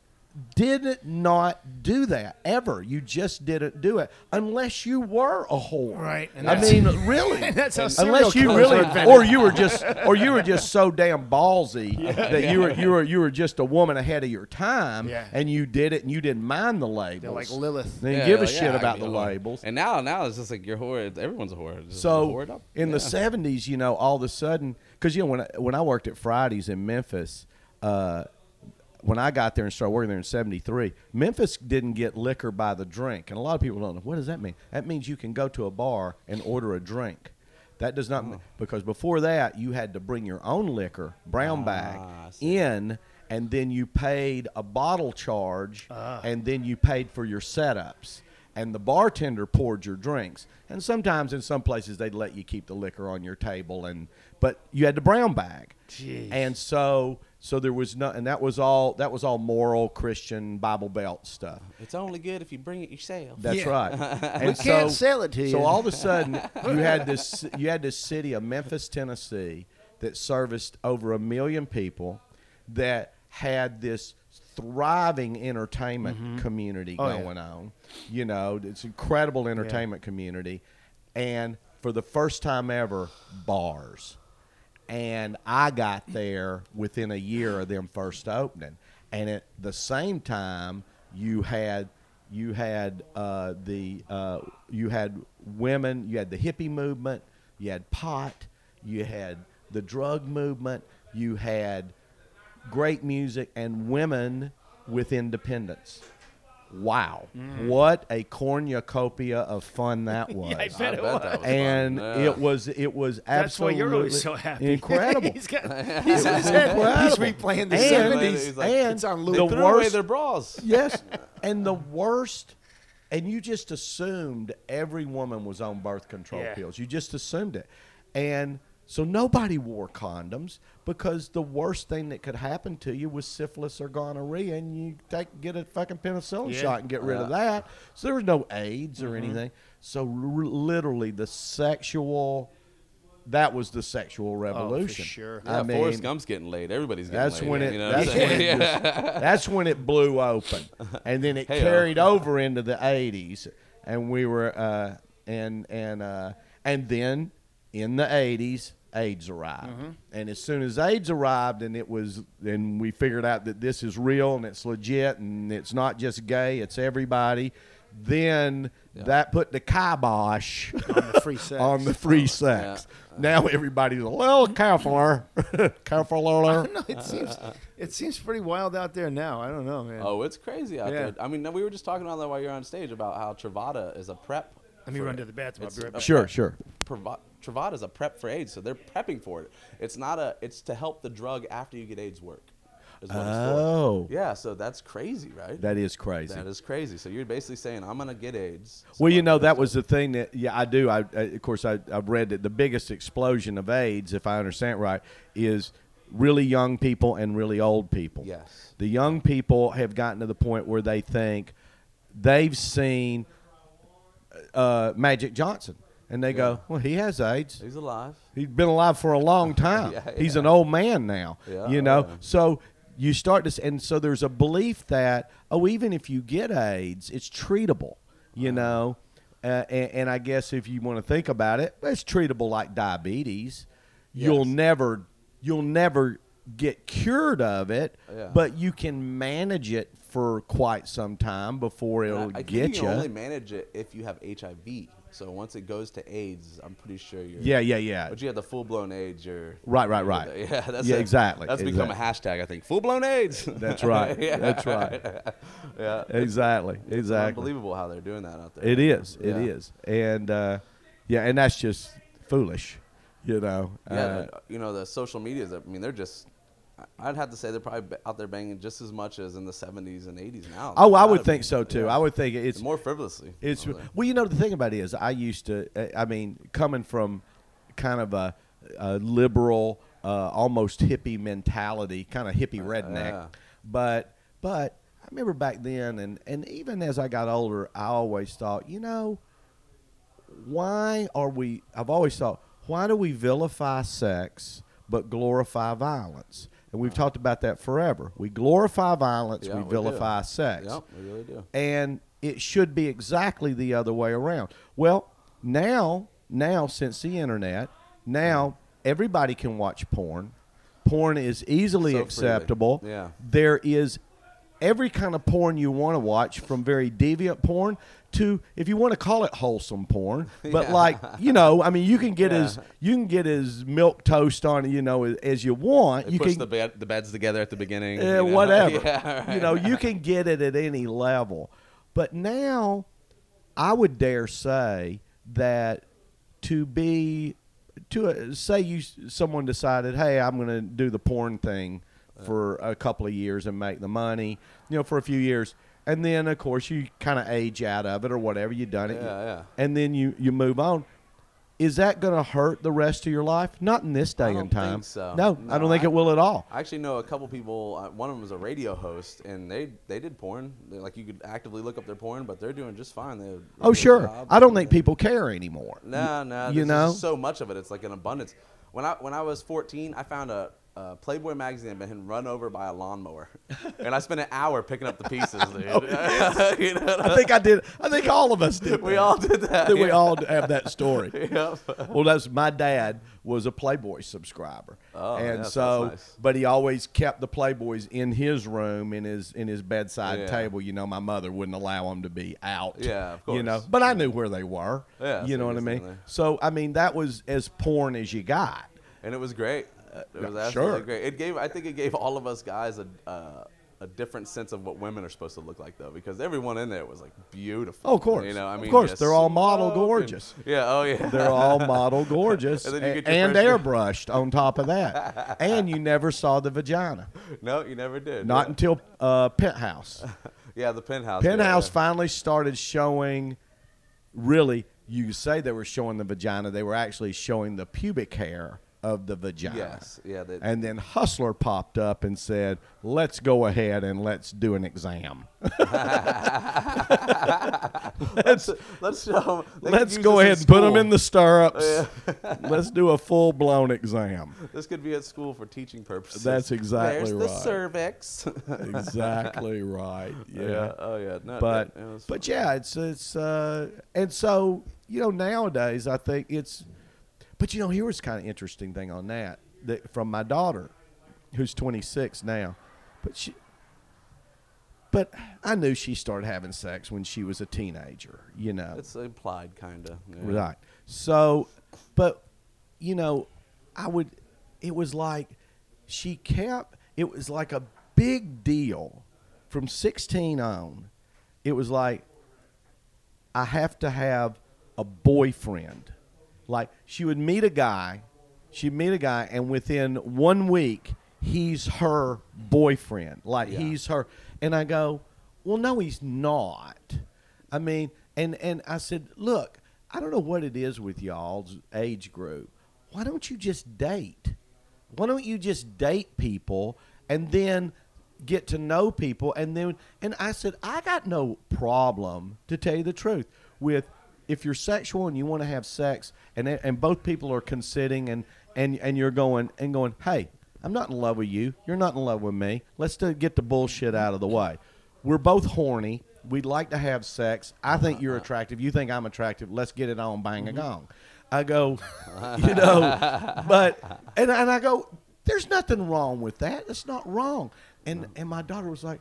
Speaker 3: did not do that ever. You just didn't do it unless you were a whore.
Speaker 5: Right, and
Speaker 3: I
Speaker 5: that's-
Speaker 3: mean, really.
Speaker 5: that's how
Speaker 3: unless you really or you were just or you were just so damn ballsy that you were you were you were just a woman ahead of your time
Speaker 5: Yeah.
Speaker 3: and you did it and you didn't mind the labels.
Speaker 5: they're like Lilith.
Speaker 3: They didn't
Speaker 4: Yeah,
Speaker 3: give a
Speaker 4: like,
Speaker 3: shit
Speaker 4: yeah, I'd
Speaker 3: about
Speaker 4: be
Speaker 3: the
Speaker 4: a whore.
Speaker 3: labels.
Speaker 4: And now, now it's just like you're horrid. Everyone's a whore. Just whore it
Speaker 3: So
Speaker 4: up.
Speaker 3: in
Speaker 4: Yeah.
Speaker 3: the seventies, you know, all of a sudden, because you know when I, when I worked at Fridays in Memphis, uh, when I got there and started working there in '73, Memphis didn't get liquor by the drink, and a lot of people don't know what does that mean. That means you can go to a bar and order a drink. That does
Speaker 4: Oh.
Speaker 3: not mean because before that you had to bring your own liquor, brown
Speaker 4: Ah, I
Speaker 3: bag,
Speaker 4: see.
Speaker 3: in, and then you paid a bottle charge, and then you paid for your setups and the bartender poured your drinks. And sometimes in some places they'd let you keep the liquor on your table and but you had the brown bag. And so so there was no and that was all that was all moral Christian Bible Belt stuff.
Speaker 4: it's only good if you bring it yourself.
Speaker 3: That's
Speaker 5: Yeah.
Speaker 3: right. And
Speaker 5: We can't sell it to you.
Speaker 3: So all of a sudden you had this you had this city of Memphis, Tennessee that serviced over a million people that had this thriving entertainment community
Speaker 5: Oh, yeah.
Speaker 3: going on. You know, it's incredible entertainment community and for the first time ever bars and I got there within a year of them first opening. And at the same time, you had you had uh, the uh, you had women, you had the hippie movement, you had pot, you had the drug movement, you had great music and women with independence. Wow. What a cornucopia of fun that was.
Speaker 11: I bet it
Speaker 7: bet
Speaker 11: was.
Speaker 7: that was
Speaker 3: and
Speaker 7: fun. Yeah.
Speaker 3: it was it was
Speaker 11: That's why
Speaker 3: absolutely
Speaker 11: you're always so happy.
Speaker 3: incredible.
Speaker 11: he's got he's in his head.
Speaker 3: Incredible.
Speaker 6: He's replaying the
Speaker 3: And-
Speaker 6: 70s.
Speaker 7: He's like,
Speaker 3: and
Speaker 6: it's on
Speaker 7: They
Speaker 6: loop.
Speaker 3: the
Speaker 7: threw away
Speaker 3: worst-
Speaker 7: their bras.
Speaker 3: Yes. And the worst, and you just assumed every woman was on birth control
Speaker 11: Yeah.
Speaker 3: pills. You just assumed it. And so nobody wore condoms because the worst thing that could happen to you was syphilis or gonorrhea, and you take get a fucking penicillin
Speaker 11: Yeah. Mm-hmm.
Speaker 3: shot and get rid of that. So there was no AIDS or anything. So r- literally, the sexual, that was the sexual revolution.
Speaker 11: Oh, sure.
Speaker 7: Yeah,
Speaker 3: I mean,
Speaker 7: Forrest Gump's getting laid. Everybody's getting
Speaker 3: that's
Speaker 7: laid.
Speaker 3: when it.
Speaker 7: You know?
Speaker 3: That's
Speaker 7: Yeah.
Speaker 3: when it. Just, that's when it blew open, and then it
Speaker 7: Hey, uh,
Speaker 3: carried over into the '80s, and we were uh, and and uh, and then in the '80s, AIDS arrived,
Speaker 7: Mm-hmm.
Speaker 3: and as soon as AIDS arrived, and it was, and we figured out that this is real and it's legit, and it's not just gay, it's everybody. Then that put the kibosh
Speaker 6: on the free sex.
Speaker 3: on the
Speaker 7: Oh,
Speaker 3: free sex. Now everybody's a little counselor, counselor.
Speaker 6: no, it seems it seems pretty wild out there now. I don't know, man.
Speaker 7: Oh, it's crazy out
Speaker 6: Yeah.
Speaker 7: there. I mean, no, we were just talking about that while you were on stage about how Travada is a prep.
Speaker 11: Let me run to the bathroom. I'll be right back.
Speaker 3: Sure, sure.
Speaker 7: Provo- Travada is a prep for AIDS, so they're prepping for it. It's not a. It's to help the drug after you get AIDS work. is what it's for.
Speaker 3: Oh.
Speaker 7: Yeah, so that's crazy, right?
Speaker 3: That is crazy.
Speaker 7: That is crazy. So you're basically saying I'm gonna get AIDS. so
Speaker 3: well, you
Speaker 7: I'm
Speaker 3: know,
Speaker 7: gonna
Speaker 3: that was the thing that, yeah, I do. I, I Of course, I, I've read that the biggest explosion of AIDS, if I understand right, is really young people and really old people.
Speaker 7: Yes.
Speaker 3: The young people have gotten to the point where they think they've seen uh, Magic Johnson. And they go, well, he has AIDS.
Speaker 7: He's alive.
Speaker 3: He's been alive for a long time.
Speaker 7: Yeah,
Speaker 3: He's
Speaker 7: yeah.
Speaker 3: an old man now.
Speaker 7: Yeah,
Speaker 3: you know,
Speaker 7: yeah.
Speaker 3: so you start to, s- and so there's a belief that oh, even if you get AIDS, it's treatable. You
Speaker 7: Uh-huh.
Speaker 3: know, uh, and, and I guess if you want to think about it, it's treatable like diabetes. You'll
Speaker 7: Yes.
Speaker 3: never, you'll never get cured of it,
Speaker 7: Yeah.
Speaker 3: but you can manage it for quite some time before
Speaker 7: And I-
Speaker 3: it'll
Speaker 7: I think
Speaker 3: get
Speaker 7: you
Speaker 3: you.
Speaker 7: can only manage it if you have HIV. So once it goes to AIDS, I'm pretty sure you're.
Speaker 3: yeah, yeah, yeah.
Speaker 7: But you have the full blown AIDS. You're
Speaker 3: Right, right, right.
Speaker 7: Yeah, that's
Speaker 3: Yeah,
Speaker 7: a-
Speaker 3: exactly,
Speaker 7: That's become a hashtag. I think full blown AIDS.
Speaker 3: That's right. That's right.
Speaker 7: yeah.
Speaker 3: Exactly. Exactly.
Speaker 7: Unbelievable how they're doing that out there.
Speaker 3: It is. It
Speaker 7: Yeah.
Speaker 3: is. And uh, yeah, and that's just foolish, you know.
Speaker 7: Yeah,
Speaker 3: Uh,
Speaker 7: the- you know the social medias. I mean, they're just. I- I'd have to say they're probably ba- out there banging just as much as in the 70s and 80s now.
Speaker 3: oh, I
Speaker 7: Gotta
Speaker 3: would
Speaker 7: be.
Speaker 3: think so too.
Speaker 7: Yeah.
Speaker 3: I would think it's
Speaker 7: more frivolously.
Speaker 3: It's
Speaker 7: probably.
Speaker 3: well, you know, the thing about it is, I used to. uh, I- I mean, coming from kind of a, a liberal, uh, almost hippie mentality, kind of hippie redneck,
Speaker 7: Uh, yeah.
Speaker 3: but but I remember back then, and and even as I got older, I always thought, you know, why are we? I've always thought, why do we vilify sex but glorify violence? And we've talked about that forever. We glorify violence,
Speaker 7: Uh-huh. Yeah,
Speaker 3: we
Speaker 7: we do.
Speaker 3: vilify sex
Speaker 7: Yep, we really do.
Speaker 3: and it should be exactly the other way around. Well, now, now since the internet, now everybody can watch porn. Porn is easily
Speaker 7: So freely.
Speaker 3: acceptable.
Speaker 7: Yeah.
Speaker 3: There is every kind of porn you want to watch from very deviant porn to if you want to call it wholesome porn, but
Speaker 7: Yeah.
Speaker 3: like, you know, I mean you can get
Speaker 7: Yeah.
Speaker 3: as you can get as milk toast on, you know, as, as you want.
Speaker 7: They
Speaker 3: you
Speaker 7: push
Speaker 3: can
Speaker 7: the, bed, the beds together at the beginning.
Speaker 3: Eh,
Speaker 7: you know?
Speaker 3: whatever.
Speaker 7: Yeah, right.
Speaker 3: You know, you can get it at any level. But now, I would dare say that to be to a, say you someone decided, hey, I'm going to do the porn thing for a couple of years and make the money, you know, for a few years. And then, of course, you kind of age out of it or whatever you've done it,
Speaker 7: Yeah, yeah.
Speaker 3: and then you you move on. Is that going to hurt the rest of your life? Not in this day
Speaker 7: don't
Speaker 3: and time.
Speaker 7: think so.
Speaker 3: No, I
Speaker 7: No,
Speaker 3: don't think
Speaker 7: I-
Speaker 3: it will at all.
Speaker 7: I actually know a couple people. Uh, one of them was a radio host, and they they did porn. They're, like you could actively look up their porn, but they're doing just fine. They, they do
Speaker 3: Oh
Speaker 7: a
Speaker 3: sure,
Speaker 7: job,
Speaker 3: I don't
Speaker 7: and
Speaker 3: think
Speaker 7: they-
Speaker 3: people care anymore.
Speaker 7: No, no,
Speaker 3: you
Speaker 7: you
Speaker 3: know?
Speaker 7: know, so much of it. It's like an abundance. When I when I was 14, I found a, a Playboy magazine and been run over by a lawnmower, and I spent an hour picking up the pieces. dude.
Speaker 3: Oh,
Speaker 7: You know,
Speaker 3: I think I did. I think all of us did.
Speaker 7: we
Speaker 3: that.
Speaker 7: all did
Speaker 3: I
Speaker 7: that.
Speaker 3: think we
Speaker 7: yeah.
Speaker 3: all have that story.
Speaker 7: Yep.
Speaker 3: Well, that's my dad was a Playboy subscriber,
Speaker 7: Oh, yeah,
Speaker 3: and
Speaker 7: that's
Speaker 3: so,
Speaker 7: nice.
Speaker 3: but he always kept the Playboys in his room in his in his bedside
Speaker 7: Yeah.
Speaker 3: table. You know, my mother wouldn't allow them to be out.
Speaker 7: Yeah, of
Speaker 3: You know,
Speaker 7: course.
Speaker 3: but I knew where they were.
Speaker 7: Yeah,
Speaker 3: you
Speaker 7: so
Speaker 3: know
Speaker 7: I
Speaker 3: what I
Speaker 7: guess they
Speaker 3: mean.
Speaker 7: were there.
Speaker 3: So I mean, that was as porn as you got.
Speaker 7: And it was great.
Speaker 4: It was absolutely
Speaker 3: Uh, sure.
Speaker 4: great. It gave, I think, it gave all of us guys a. Uh, a different sense of what women are supposed to look like, though, because everyone in there was like beautiful.
Speaker 3: Oh, of course.
Speaker 4: You know, I mean,
Speaker 3: of course,
Speaker 4: just
Speaker 3: they're all model
Speaker 4: smoking.
Speaker 3: gorgeous.
Speaker 4: Yeah. Oh, yeah.
Speaker 3: They're all model gorgeous,
Speaker 4: And
Speaker 3: and,
Speaker 4: then you get your
Speaker 3: and
Speaker 4: first-
Speaker 3: airbrushed on top of that. and you never saw the vagina,
Speaker 4: no, you never did.
Speaker 3: not
Speaker 4: yeah.
Speaker 3: until uh, Penthouse.
Speaker 4: yeah, the penthouse. yeah,
Speaker 3: Penthouse
Speaker 4: yeah.
Speaker 3: finally started showing. Really, you say they were showing the vagina; they were actually showing the pubic hair of the vagina.
Speaker 4: Yes, yeah, they-
Speaker 3: and then Hustler popped up and said, "Let's go ahead and let's do an exam."
Speaker 4: let's let's show 'em- they could
Speaker 3: Let's
Speaker 4: use
Speaker 3: go
Speaker 4: this
Speaker 3: ahead and put them
Speaker 4: school.
Speaker 3: in the stirrups. Let's do a full blown exam.
Speaker 4: This could be at school for teaching purposes.
Speaker 3: That's exactly
Speaker 4: There's the
Speaker 3: right.
Speaker 4: cervix.
Speaker 3: Exactly right. Yeah.
Speaker 4: Oh yeah. No,
Speaker 3: But
Speaker 4: it- it was-
Speaker 3: but yeah, it's it's uh, and so you know nowadays I think it's, but you know here was kind of interesting thing on that that from my daughter, who's 26 now, but she. But I knew she started having sex when she was a teenager, you know.
Speaker 4: it's implied kind of.
Speaker 3: Right. So, but you know, I would. It was like she kept. It was like a big deal from 16 on. It was like I have to have a boyfriend. Like she would meet a guy, she'd meet a guy, and within one week he's her boyfriend. Like he's her, and I go, well, no, he's not. I mean, and and I said, look, I don't know what it is with y'all's age group. Why don't you just date? Why don't you just date people and then get to know people and then and I said I got no problem to tell you the truth with if you're sexual and you want to have sex and and both people are consenting and and and you're going and going hey I'm not in love with you you're not in love with me let's do- get the bullshit out of the way we're both horny we'd like to have sex I think you're attractive you think I'm attractive let's get it on bang
Speaker 5: Mm-hmm.
Speaker 3: a gong I go you know but and and I go there's nothing wrong with that. That's not wrong. And and my daughter was like,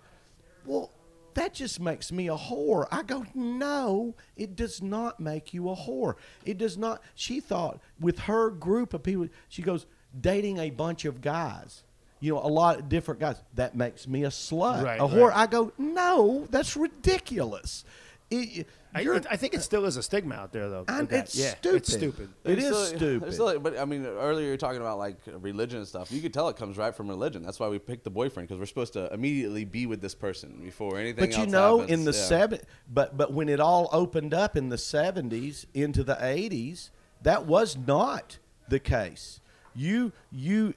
Speaker 3: Well, that just makes me a whore. I go, No, it does not make you a whore. It does not she thought with her group of people she goes, dating a bunch of guys. You know, a lot of different guys. That makes me a slut.
Speaker 5: Right,
Speaker 3: a whore.
Speaker 5: right.
Speaker 3: I go, no, that's ridiculous. It, you're,
Speaker 5: I, I think it still is a stigma out there, though.
Speaker 3: I'm-
Speaker 5: with that.
Speaker 3: it's
Speaker 5: yeah,
Speaker 3: stupid.
Speaker 5: It's stupid.
Speaker 3: It
Speaker 4: There's
Speaker 3: is
Speaker 4: still-
Speaker 3: stupid.
Speaker 4: there's still- but I mean, earlier you're talking about like religion and stuff. You could tell it comes right from religion. That's why we picked the boyfriend because we're supposed to immediately be with this person before anything.
Speaker 3: But you
Speaker 4: else
Speaker 3: know,
Speaker 4: happens.
Speaker 3: in the
Speaker 4: Yeah.
Speaker 3: seven, but but when it all opened up in the seventies into the eighties, that was not the case. You you,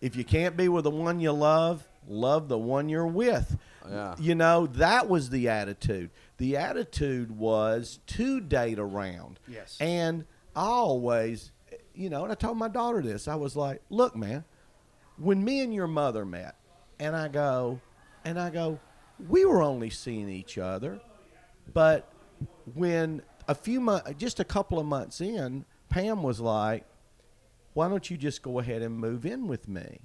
Speaker 3: if you can't be with the one you love, love the one you're with.
Speaker 4: Yeah.
Speaker 3: You know that was the attitude. The attitude was to date around.
Speaker 5: Yes.
Speaker 3: And I always, you know, and I told my daughter this. I was like, look, man, when me and your mother met, and I go, and I go, we were only seeing each other, but when a few months, just a couple of months in, Pam was like, why don't you just go ahead and move in with me?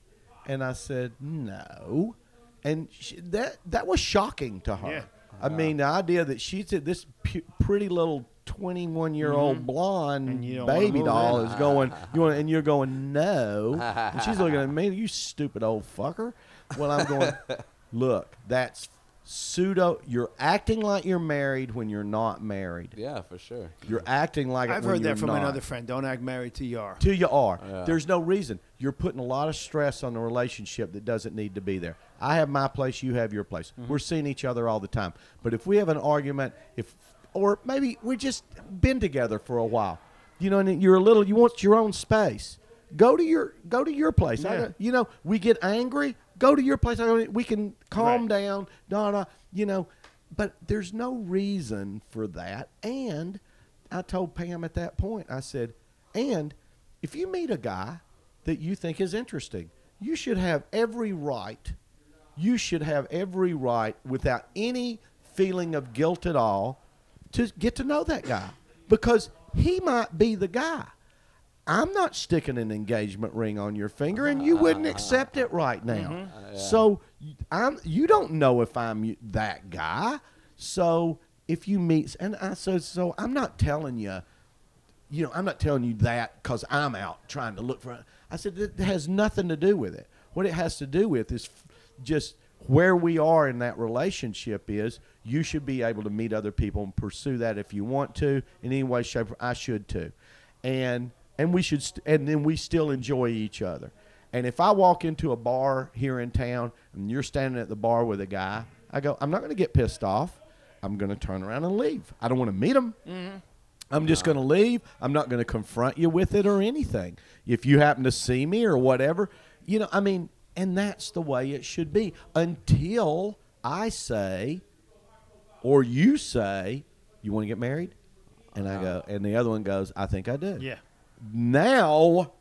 Speaker 3: And I said, no. And she, that that was shocking to her.
Speaker 5: Yeah.
Speaker 3: I mean, the idea that she said this pu- pretty little twenty-one-year-old blonde
Speaker 5: Mm-hmm. And you don't wanna
Speaker 3: baby
Speaker 5: move
Speaker 3: doll
Speaker 5: in.
Speaker 3: is going, you want, and you're going, no. And she's looking at me, you stupid old fucker. Well, I'm going, look, that's pseudo. You're acting like you're married when you're not married.
Speaker 4: Yeah, for sure.
Speaker 3: You're acting like it
Speaker 5: I've
Speaker 3: when
Speaker 5: heard
Speaker 3: you're
Speaker 5: that from
Speaker 3: not.
Speaker 5: another friend. Don't act married to Yar.
Speaker 3: Till you are. There's no reason. You're putting a lot of stress on a relationship that doesn't need to be there. I have my place, you have your place. We're seeing each other all the time. But if we have an argument, if or maybe we just been together for a while. You know, and you're a little you want your own space. Go to your go to your place. I
Speaker 5: Yeah.
Speaker 3: don't- you know, we get angry, go to your place. I don't, we can calm
Speaker 5: Right.
Speaker 3: down. No, no, you know, but there's no reason for that. And I told Pam at that point, I said, and if you meet a guy that you think is interesting, you should have every right. You should have every right without any feeling of guilt at all to get to know that guy because he might be the guy. I'm not sticking an engagement ring on your finger, and you wouldn't accept it right now. So I'm you don't know if I'm you- that guy. So if you meet and I so so I'm not telling you you know, I'm not telling you that because I'm out trying to look for it. I said, it has nothing to do with it. What it has to do with is f- just where we are in that relationship is you should be able to meet other people and pursue that if you want to in any way, shape, or I should too. And, and we should, st- and then we still enjoy each other. And if I walk into a bar here in town and you're standing at the bar with a guy, I go, I'm not going to get pissed off. I'm going to turn around and leave. I don't want to meet him. I'm just going to leave. I'm not going to confront you with it or anything. If you happen to see me or whatever, you know, I mean, and that's the way it should be until I say or you say, you want to get married? And I go, and the other one goes, I think I do.
Speaker 6: Yeah.
Speaker 3: Now,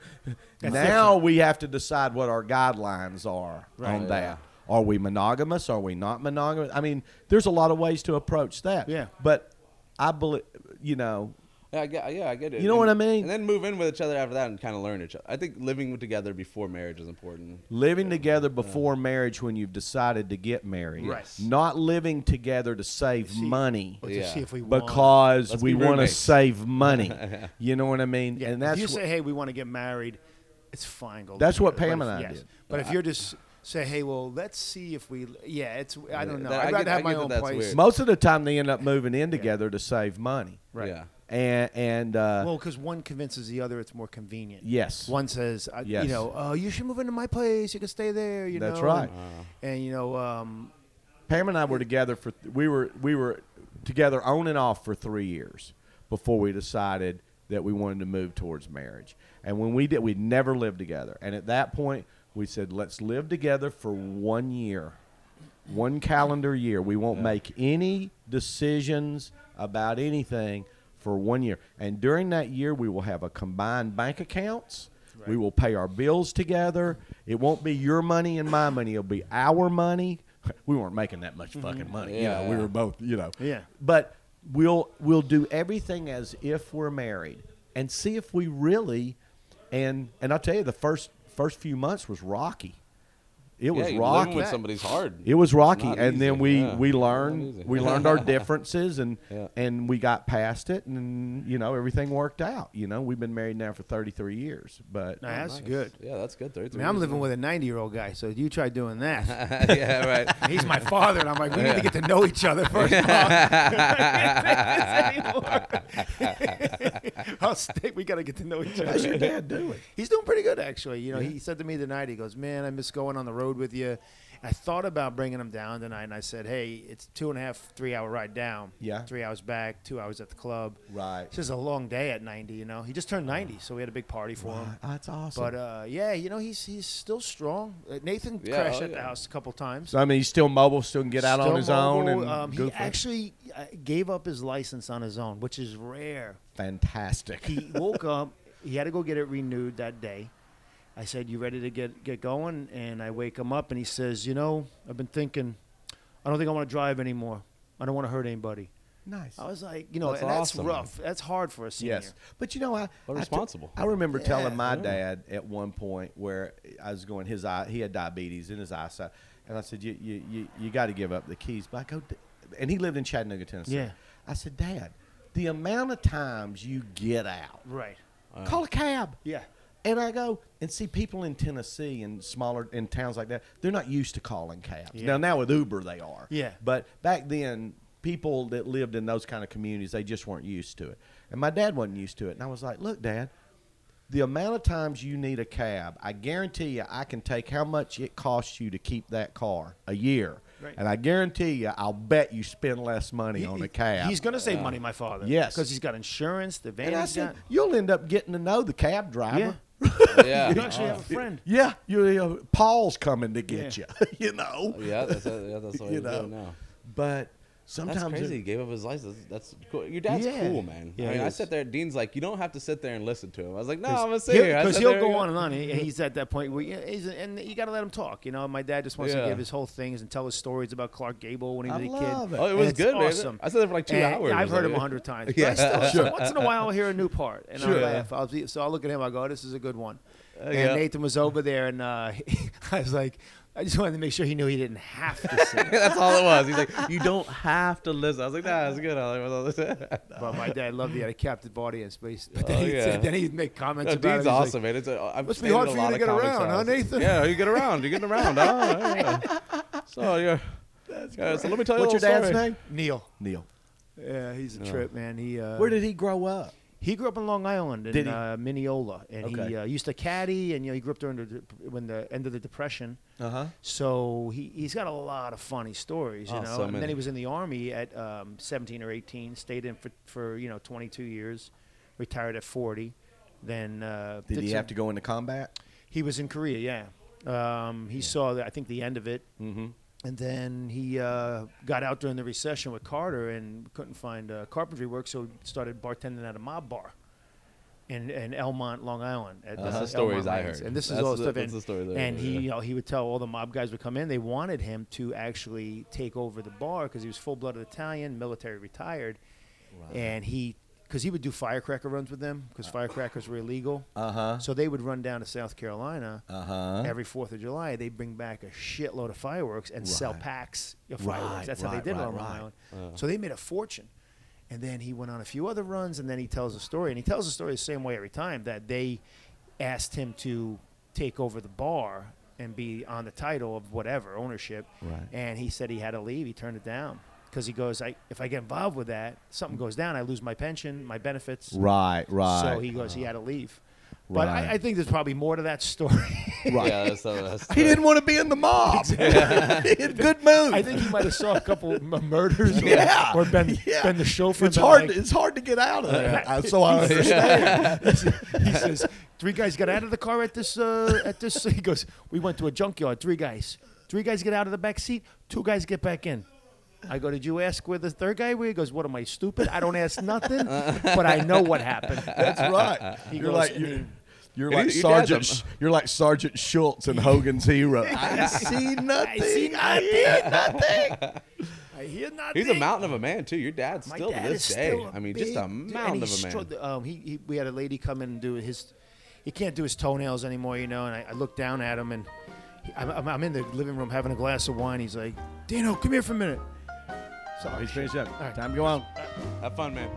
Speaker 3: now we have to decide what our guidelines are on that. Are we monogamous? Are we not monogamous? I mean, there's a lot of ways to approach that.
Speaker 6: Yeah.
Speaker 3: But I believe, you know,
Speaker 7: Yeah, I get, yeah, I get it.
Speaker 3: You know what
Speaker 7: And-
Speaker 3: I mean?
Speaker 7: And then move in with each other after that and kind of learn each other. I think living together before marriage is important.
Speaker 3: living together before marriage when you've decided to get married.
Speaker 6: Right.
Speaker 3: Not living together to save money.
Speaker 6: Or to
Speaker 7: Yeah.
Speaker 6: see if we want-
Speaker 3: because
Speaker 7: Let's
Speaker 3: we
Speaker 7: be
Speaker 3: want to
Speaker 7: roommates.
Speaker 3: save money. You know what I mean?
Speaker 6: Yeah,
Speaker 3: And
Speaker 6: if
Speaker 3: that's
Speaker 6: you
Speaker 3: wh-
Speaker 6: say, "Hey, we want to get married," it's fine. Go
Speaker 3: That's
Speaker 6: do
Speaker 3: what
Speaker 6: it. But
Speaker 3: Pam
Speaker 6: if-
Speaker 3: and I
Speaker 6: yes.
Speaker 3: did.
Speaker 6: But if you're just say, "Hey, well, let's see if we," yeah, it's I don't know.
Speaker 7: that- I
Speaker 6: I'd
Speaker 7: get-
Speaker 6: rather
Speaker 7: I
Speaker 6: have
Speaker 7: get
Speaker 6: my
Speaker 7: that
Speaker 6: own
Speaker 7: that's
Speaker 6: place.
Speaker 7: weird.
Speaker 3: most of the time they end up moving in together to save money.
Speaker 7: Right. Yeah.
Speaker 3: And and uh,
Speaker 6: Well, because one convinces the other, it's more convenient.
Speaker 3: Yes.
Speaker 6: One says, I,
Speaker 3: Yes.
Speaker 6: you know, oh, you should move into my place. You can stay there. You
Speaker 3: That's
Speaker 6: know.
Speaker 3: right.
Speaker 6: And, and, you know, um,
Speaker 3: Pam and I were together for we were we were together on and off for three years before we decided that we wanted to move towards marriage. And when we did, we never lived together. And at that point, we said, let's live together for one year, one calendar year. We won't make any decisions about anything for one year. And during that year, we will have a combined bank accounts. We will pay our bills together. It won't be your money and my money. It'll be our money. We weren't making that much fucking money. you know, we were both, you know.
Speaker 6: Yeah.
Speaker 3: But we'll we'll do everything as if we're married and see if we really and and I'll tell you the first first few months was rocky. It
Speaker 7: yeah,
Speaker 3: was
Speaker 7: you-
Speaker 3: rocky.
Speaker 7: Living with somebody's hard.
Speaker 3: It was rocky,
Speaker 7: Not
Speaker 3: and then
Speaker 7: easy,
Speaker 3: we
Speaker 7: yeah.
Speaker 3: we
Speaker 7: Not
Speaker 3: learned
Speaker 7: easy.
Speaker 3: we learned our differences, and
Speaker 7: Yeah.
Speaker 3: and we got past it, and you know everything worked out. You know we've been married now for thirty three years, but
Speaker 6: nah, that's good.
Speaker 7: Yeah, that's good.
Speaker 6: I
Speaker 7: 33
Speaker 6: mean, I'm living with a 90 year old guy, so you try doing that.
Speaker 7: yeah, right.
Speaker 6: And he's my father, and I'm like, we need to get to know each other first. Of all. I'll stick. We gotta get to know each other.
Speaker 3: how's your dad doing?
Speaker 6: He's doing pretty good, actually. You know, he said to me tonight, he goes, "Man, I miss going on the road with you." I thought about bringing him down tonight, and I said, "Hey, it's two and a half, three hour ride down.
Speaker 3: Yeah.
Speaker 6: three hours back, two hours at the club.
Speaker 3: Right.
Speaker 6: This is a long day at 90. You know, he just turned 90, so we had a big party for him.
Speaker 3: That's awesome.
Speaker 6: But uh, yeah, you know, he's he's still strong. Uh, Nathan
Speaker 7: Yeah,
Speaker 6: crashed
Speaker 7: oh,
Speaker 6: at the
Speaker 7: yeah.
Speaker 6: house a couple times.
Speaker 3: so I mean, he's still mobile, still can get out on
Speaker 6: Still
Speaker 3: his own,
Speaker 6: mobile.
Speaker 3: and
Speaker 6: um,
Speaker 3: go
Speaker 6: he
Speaker 3: for it.
Speaker 6: actually uh, gave up his license on his own, which is rare
Speaker 3: fantastic.
Speaker 6: he woke up. He had to go get it renewed that day. I said, "You ready to get get going?" And I wake him up, and he says, "You know, I've been thinking. I don't think I want to drive anymore. I don't want to hurt anybody."
Speaker 3: nice.
Speaker 6: I was like, you know,
Speaker 7: That's
Speaker 6: and that's
Speaker 7: awesome.
Speaker 6: rough. That's hard for a senior.
Speaker 3: Yes, but you know, I
Speaker 7: But
Speaker 3: I t-
Speaker 7: responsible.
Speaker 3: I remember telling my dad at one point where I was going, his eye, he had diabetes in his eyesight, and I said, "You you you, you got to give up the keys." But I go, "D-" and he lived in Chattanooga, Tennessee.
Speaker 6: Yeah.
Speaker 3: I said, Dad, the amount of times you get out,
Speaker 6: Right.
Speaker 3: call a cab.
Speaker 6: Yeah.
Speaker 3: And I go and see people in Tennessee and smaller in towns like that. They're not used to calling cabs. Now, now with Uber, they are.
Speaker 6: Yeah.
Speaker 3: But back then, people that lived in those kind of communities, they just weren't used to it. And my dad wasn't used to it. And I was like, look, Dad, the amount of times you need a cab, I guarantee you, I can take how much it costs you to keep that car a year.
Speaker 6: Right.
Speaker 3: And I guarantee you, I'll bet you spend less money
Speaker 6: He-
Speaker 3: on
Speaker 6: he-
Speaker 3: a cab.
Speaker 6: He's gonna save money, my father.
Speaker 3: Yes.
Speaker 6: Because he's got insurance. The van.
Speaker 3: and I
Speaker 6: he's
Speaker 3: said,
Speaker 6: got.
Speaker 3: you'll end up getting to know the cab Oh. driver.
Speaker 7: Yeah.
Speaker 6: Yeah.
Speaker 7: Oh,
Speaker 6: You actually have a friend.
Speaker 3: Yeah, you, you- Paul's coming to get you. You
Speaker 7: Oh,
Speaker 3: know.
Speaker 7: Yeah, that's, yeah, that's what
Speaker 3: You
Speaker 7: you know.
Speaker 3: know.
Speaker 7: now.
Speaker 3: But
Speaker 7: That's
Speaker 3: sometimes
Speaker 7: crazy.
Speaker 3: it-
Speaker 7: He gave up his license. That's cool. Your dad's
Speaker 3: Yeah.
Speaker 7: cool, man.
Speaker 6: Yeah,
Speaker 7: I mean,
Speaker 6: he
Speaker 7: I
Speaker 6: is.
Speaker 7: sat there. Dean's like, you don't have to sit there and listen to him. I was like, no, I'm gonna sit here. I
Speaker 6: because
Speaker 7: sat
Speaker 6: he'll,
Speaker 7: there
Speaker 6: go
Speaker 7: and-
Speaker 6: on and on. He, he's at that point where yeah, he's, and you got to let him talk. You know, my dad just wants
Speaker 7: Yeah.
Speaker 6: to give his whole things and tell his stories about Clark Gable when he
Speaker 3: I
Speaker 6: was a
Speaker 3: love
Speaker 6: kid.
Speaker 3: it.
Speaker 7: Oh, it
Speaker 6: And
Speaker 7: was
Speaker 6: it's
Speaker 7: good, man.
Speaker 6: awesome.
Speaker 7: I sat there for like two
Speaker 6: And
Speaker 7: hours.
Speaker 6: I've heard him
Speaker 7: Like,
Speaker 6: a hundred times. Yeah, still, so once in a while I'll hear a new part, and
Speaker 3: Sure.
Speaker 6: I'll laugh. I'll "Oh, be, so I'll look at him. I go, "This is a good one." and
Speaker 7: yeah.
Speaker 6: Nathan was over there, and uh, I was like, I just wanted to make sure he knew he didn't have to sing.
Speaker 7: That's all it was. He's like, you don't have to listen. I was like, nah, it's good. I was like,
Speaker 6: but my dad loved he had a captive audience. But, he's, but
Speaker 7: Oh,
Speaker 6: then, he'd
Speaker 7: yeah.
Speaker 6: say, then he'd make comments
Speaker 7: no,
Speaker 6: about it.
Speaker 7: Dean's
Speaker 6: He's like,
Speaker 7: awesome, man. It's a, I've
Speaker 6: Must be
Speaker 7: stayed
Speaker 6: hard
Speaker 7: at a
Speaker 6: for you
Speaker 7: lot
Speaker 6: to
Speaker 7: of
Speaker 6: get
Speaker 7: comic
Speaker 6: around, huh,
Speaker 7: shows.
Speaker 6: Nathan?
Speaker 7: Yeah, you get around. You're getting around. huh? Yeah. So you're. Yeah, so let me tell you.
Speaker 3: What's
Speaker 7: a
Speaker 3: your
Speaker 7: little
Speaker 3: dad's
Speaker 7: story.
Speaker 3: name?
Speaker 6: Oh, Neil.
Speaker 7: Neil.
Speaker 6: Yeah, he's a trip, man. He uh,
Speaker 7: Where did he grow up?
Speaker 6: He grew up in Long Island in
Speaker 7: Did he?
Speaker 6: uh, Mineola, and
Speaker 7: Okay.
Speaker 6: he uh, used to caddy, and you know he grew up during the de- when the end of the depression.
Speaker 7: Uh huh.
Speaker 6: So he he's got a lot of funny stories, you
Speaker 7: Oh,
Speaker 6: know.
Speaker 7: so
Speaker 6: and then
Speaker 7: many.
Speaker 6: he was in the army at um, 17 or 18, stayed in for for you know 22 years, retired at 40. Then uh,
Speaker 7: Did
Speaker 6: did
Speaker 7: he
Speaker 6: some-
Speaker 7: have to go into combat?
Speaker 6: He was in Korea, yeah. Um, he saw the, I think the end of it, mm-hmm. and then he uh, got out during the recession with Carter and couldn't find uh, carpentry work, so he started bartending at a mob bar. In, in Elmont, Long Island. At
Speaker 7: That's
Speaker 6: uh,
Speaker 7: the Uh-huh. stories
Speaker 6: Elmont
Speaker 7: I
Speaker 6: Lanes.
Speaker 7: heard.
Speaker 6: And this is
Speaker 7: That's
Speaker 6: all
Speaker 7: the-
Speaker 6: stuff.
Speaker 7: that's
Speaker 6: and
Speaker 7: the story that I
Speaker 6: and
Speaker 7: heard,
Speaker 6: he,
Speaker 7: yeah.
Speaker 6: you know, he would tell all the mob guys would come in. They wanted him to actually take over the bar because he was full-blooded Italian, military retired, and he because he would do firecracker runs with them because firecrackers were illegal.
Speaker 7: Uh-huh.
Speaker 6: So they would run down to South Carolina
Speaker 7: Uh-huh.
Speaker 6: every Fourth of July. They bring back a shitload of fireworks and sell packs of fireworks.
Speaker 7: Right,
Speaker 6: That's how
Speaker 7: right,
Speaker 6: they did
Speaker 7: right,
Speaker 6: it on Long
Speaker 7: right.
Speaker 6: Island.
Speaker 7: Uh.
Speaker 6: So they made a fortune. And then he went on a few other runs, and then he tells a story. And he tells the story the same way every time that they asked him to take over the bar and be on the title of whatever ownership.
Speaker 7: Right.
Speaker 6: And he said he had to leave. He turned it down because he goes, I, "If I get involved with that, something goes down. I lose my pension, my benefits."
Speaker 7: Right, right.
Speaker 6: So he goes, he had to leave. But
Speaker 7: Right.
Speaker 6: I, I think there's probably more to that story.
Speaker 7: Right.
Speaker 4: Yeah, that's, that's
Speaker 7: He didn't want to be in the mob. He had Good move.
Speaker 6: I think he might have saw a couple m- murders or,
Speaker 7: Yeah.
Speaker 6: or been,
Speaker 7: Yeah.
Speaker 6: been the chauffeur.
Speaker 7: it's
Speaker 6: and been
Speaker 7: hard.
Speaker 6: like-
Speaker 7: it's hard to get out of that. I- So I understand.
Speaker 6: he says, three guys got out of the car at this, uh, at this. He goes, we went to a junkyard, three guys. Three guys get out of the back seat, two guys get back in. I go, did you ask where the third guy was? He goes, what am I, stupid? I don't ask nothing, but I know what happened.
Speaker 3: That's right.
Speaker 6: He
Speaker 3: you're
Speaker 6: goes,
Speaker 3: like
Speaker 6: and
Speaker 3: you're,
Speaker 6: he-
Speaker 3: you're
Speaker 7: And
Speaker 3: like
Speaker 7: he- your dad's
Speaker 3: Sergeant.
Speaker 7: a-
Speaker 3: Sh- you're like Sergeant Schultz in Hogan's Hero. I see
Speaker 6: I see
Speaker 3: nothing.
Speaker 6: nothing. I hear nothing.
Speaker 4: He's a mountain of a man too. Your dad's
Speaker 6: My
Speaker 4: still
Speaker 6: dad
Speaker 4: to this
Speaker 6: is
Speaker 4: day.
Speaker 6: still a
Speaker 4: I mean, just
Speaker 6: big
Speaker 4: a
Speaker 6: dude, and
Speaker 4: mountain
Speaker 6: he
Speaker 4: of a man.
Speaker 6: struggled- um, he, he, we had a lady come in and do his. He can't do his toenails anymore, you know. And I, I looked down at him, and he, I'm, I'm, I'm in the living room having a glass of wine. He's like, "Dano, come here for a minute."
Speaker 3: Sorry, finish up. Time to go on.
Speaker 4: Have fun, man.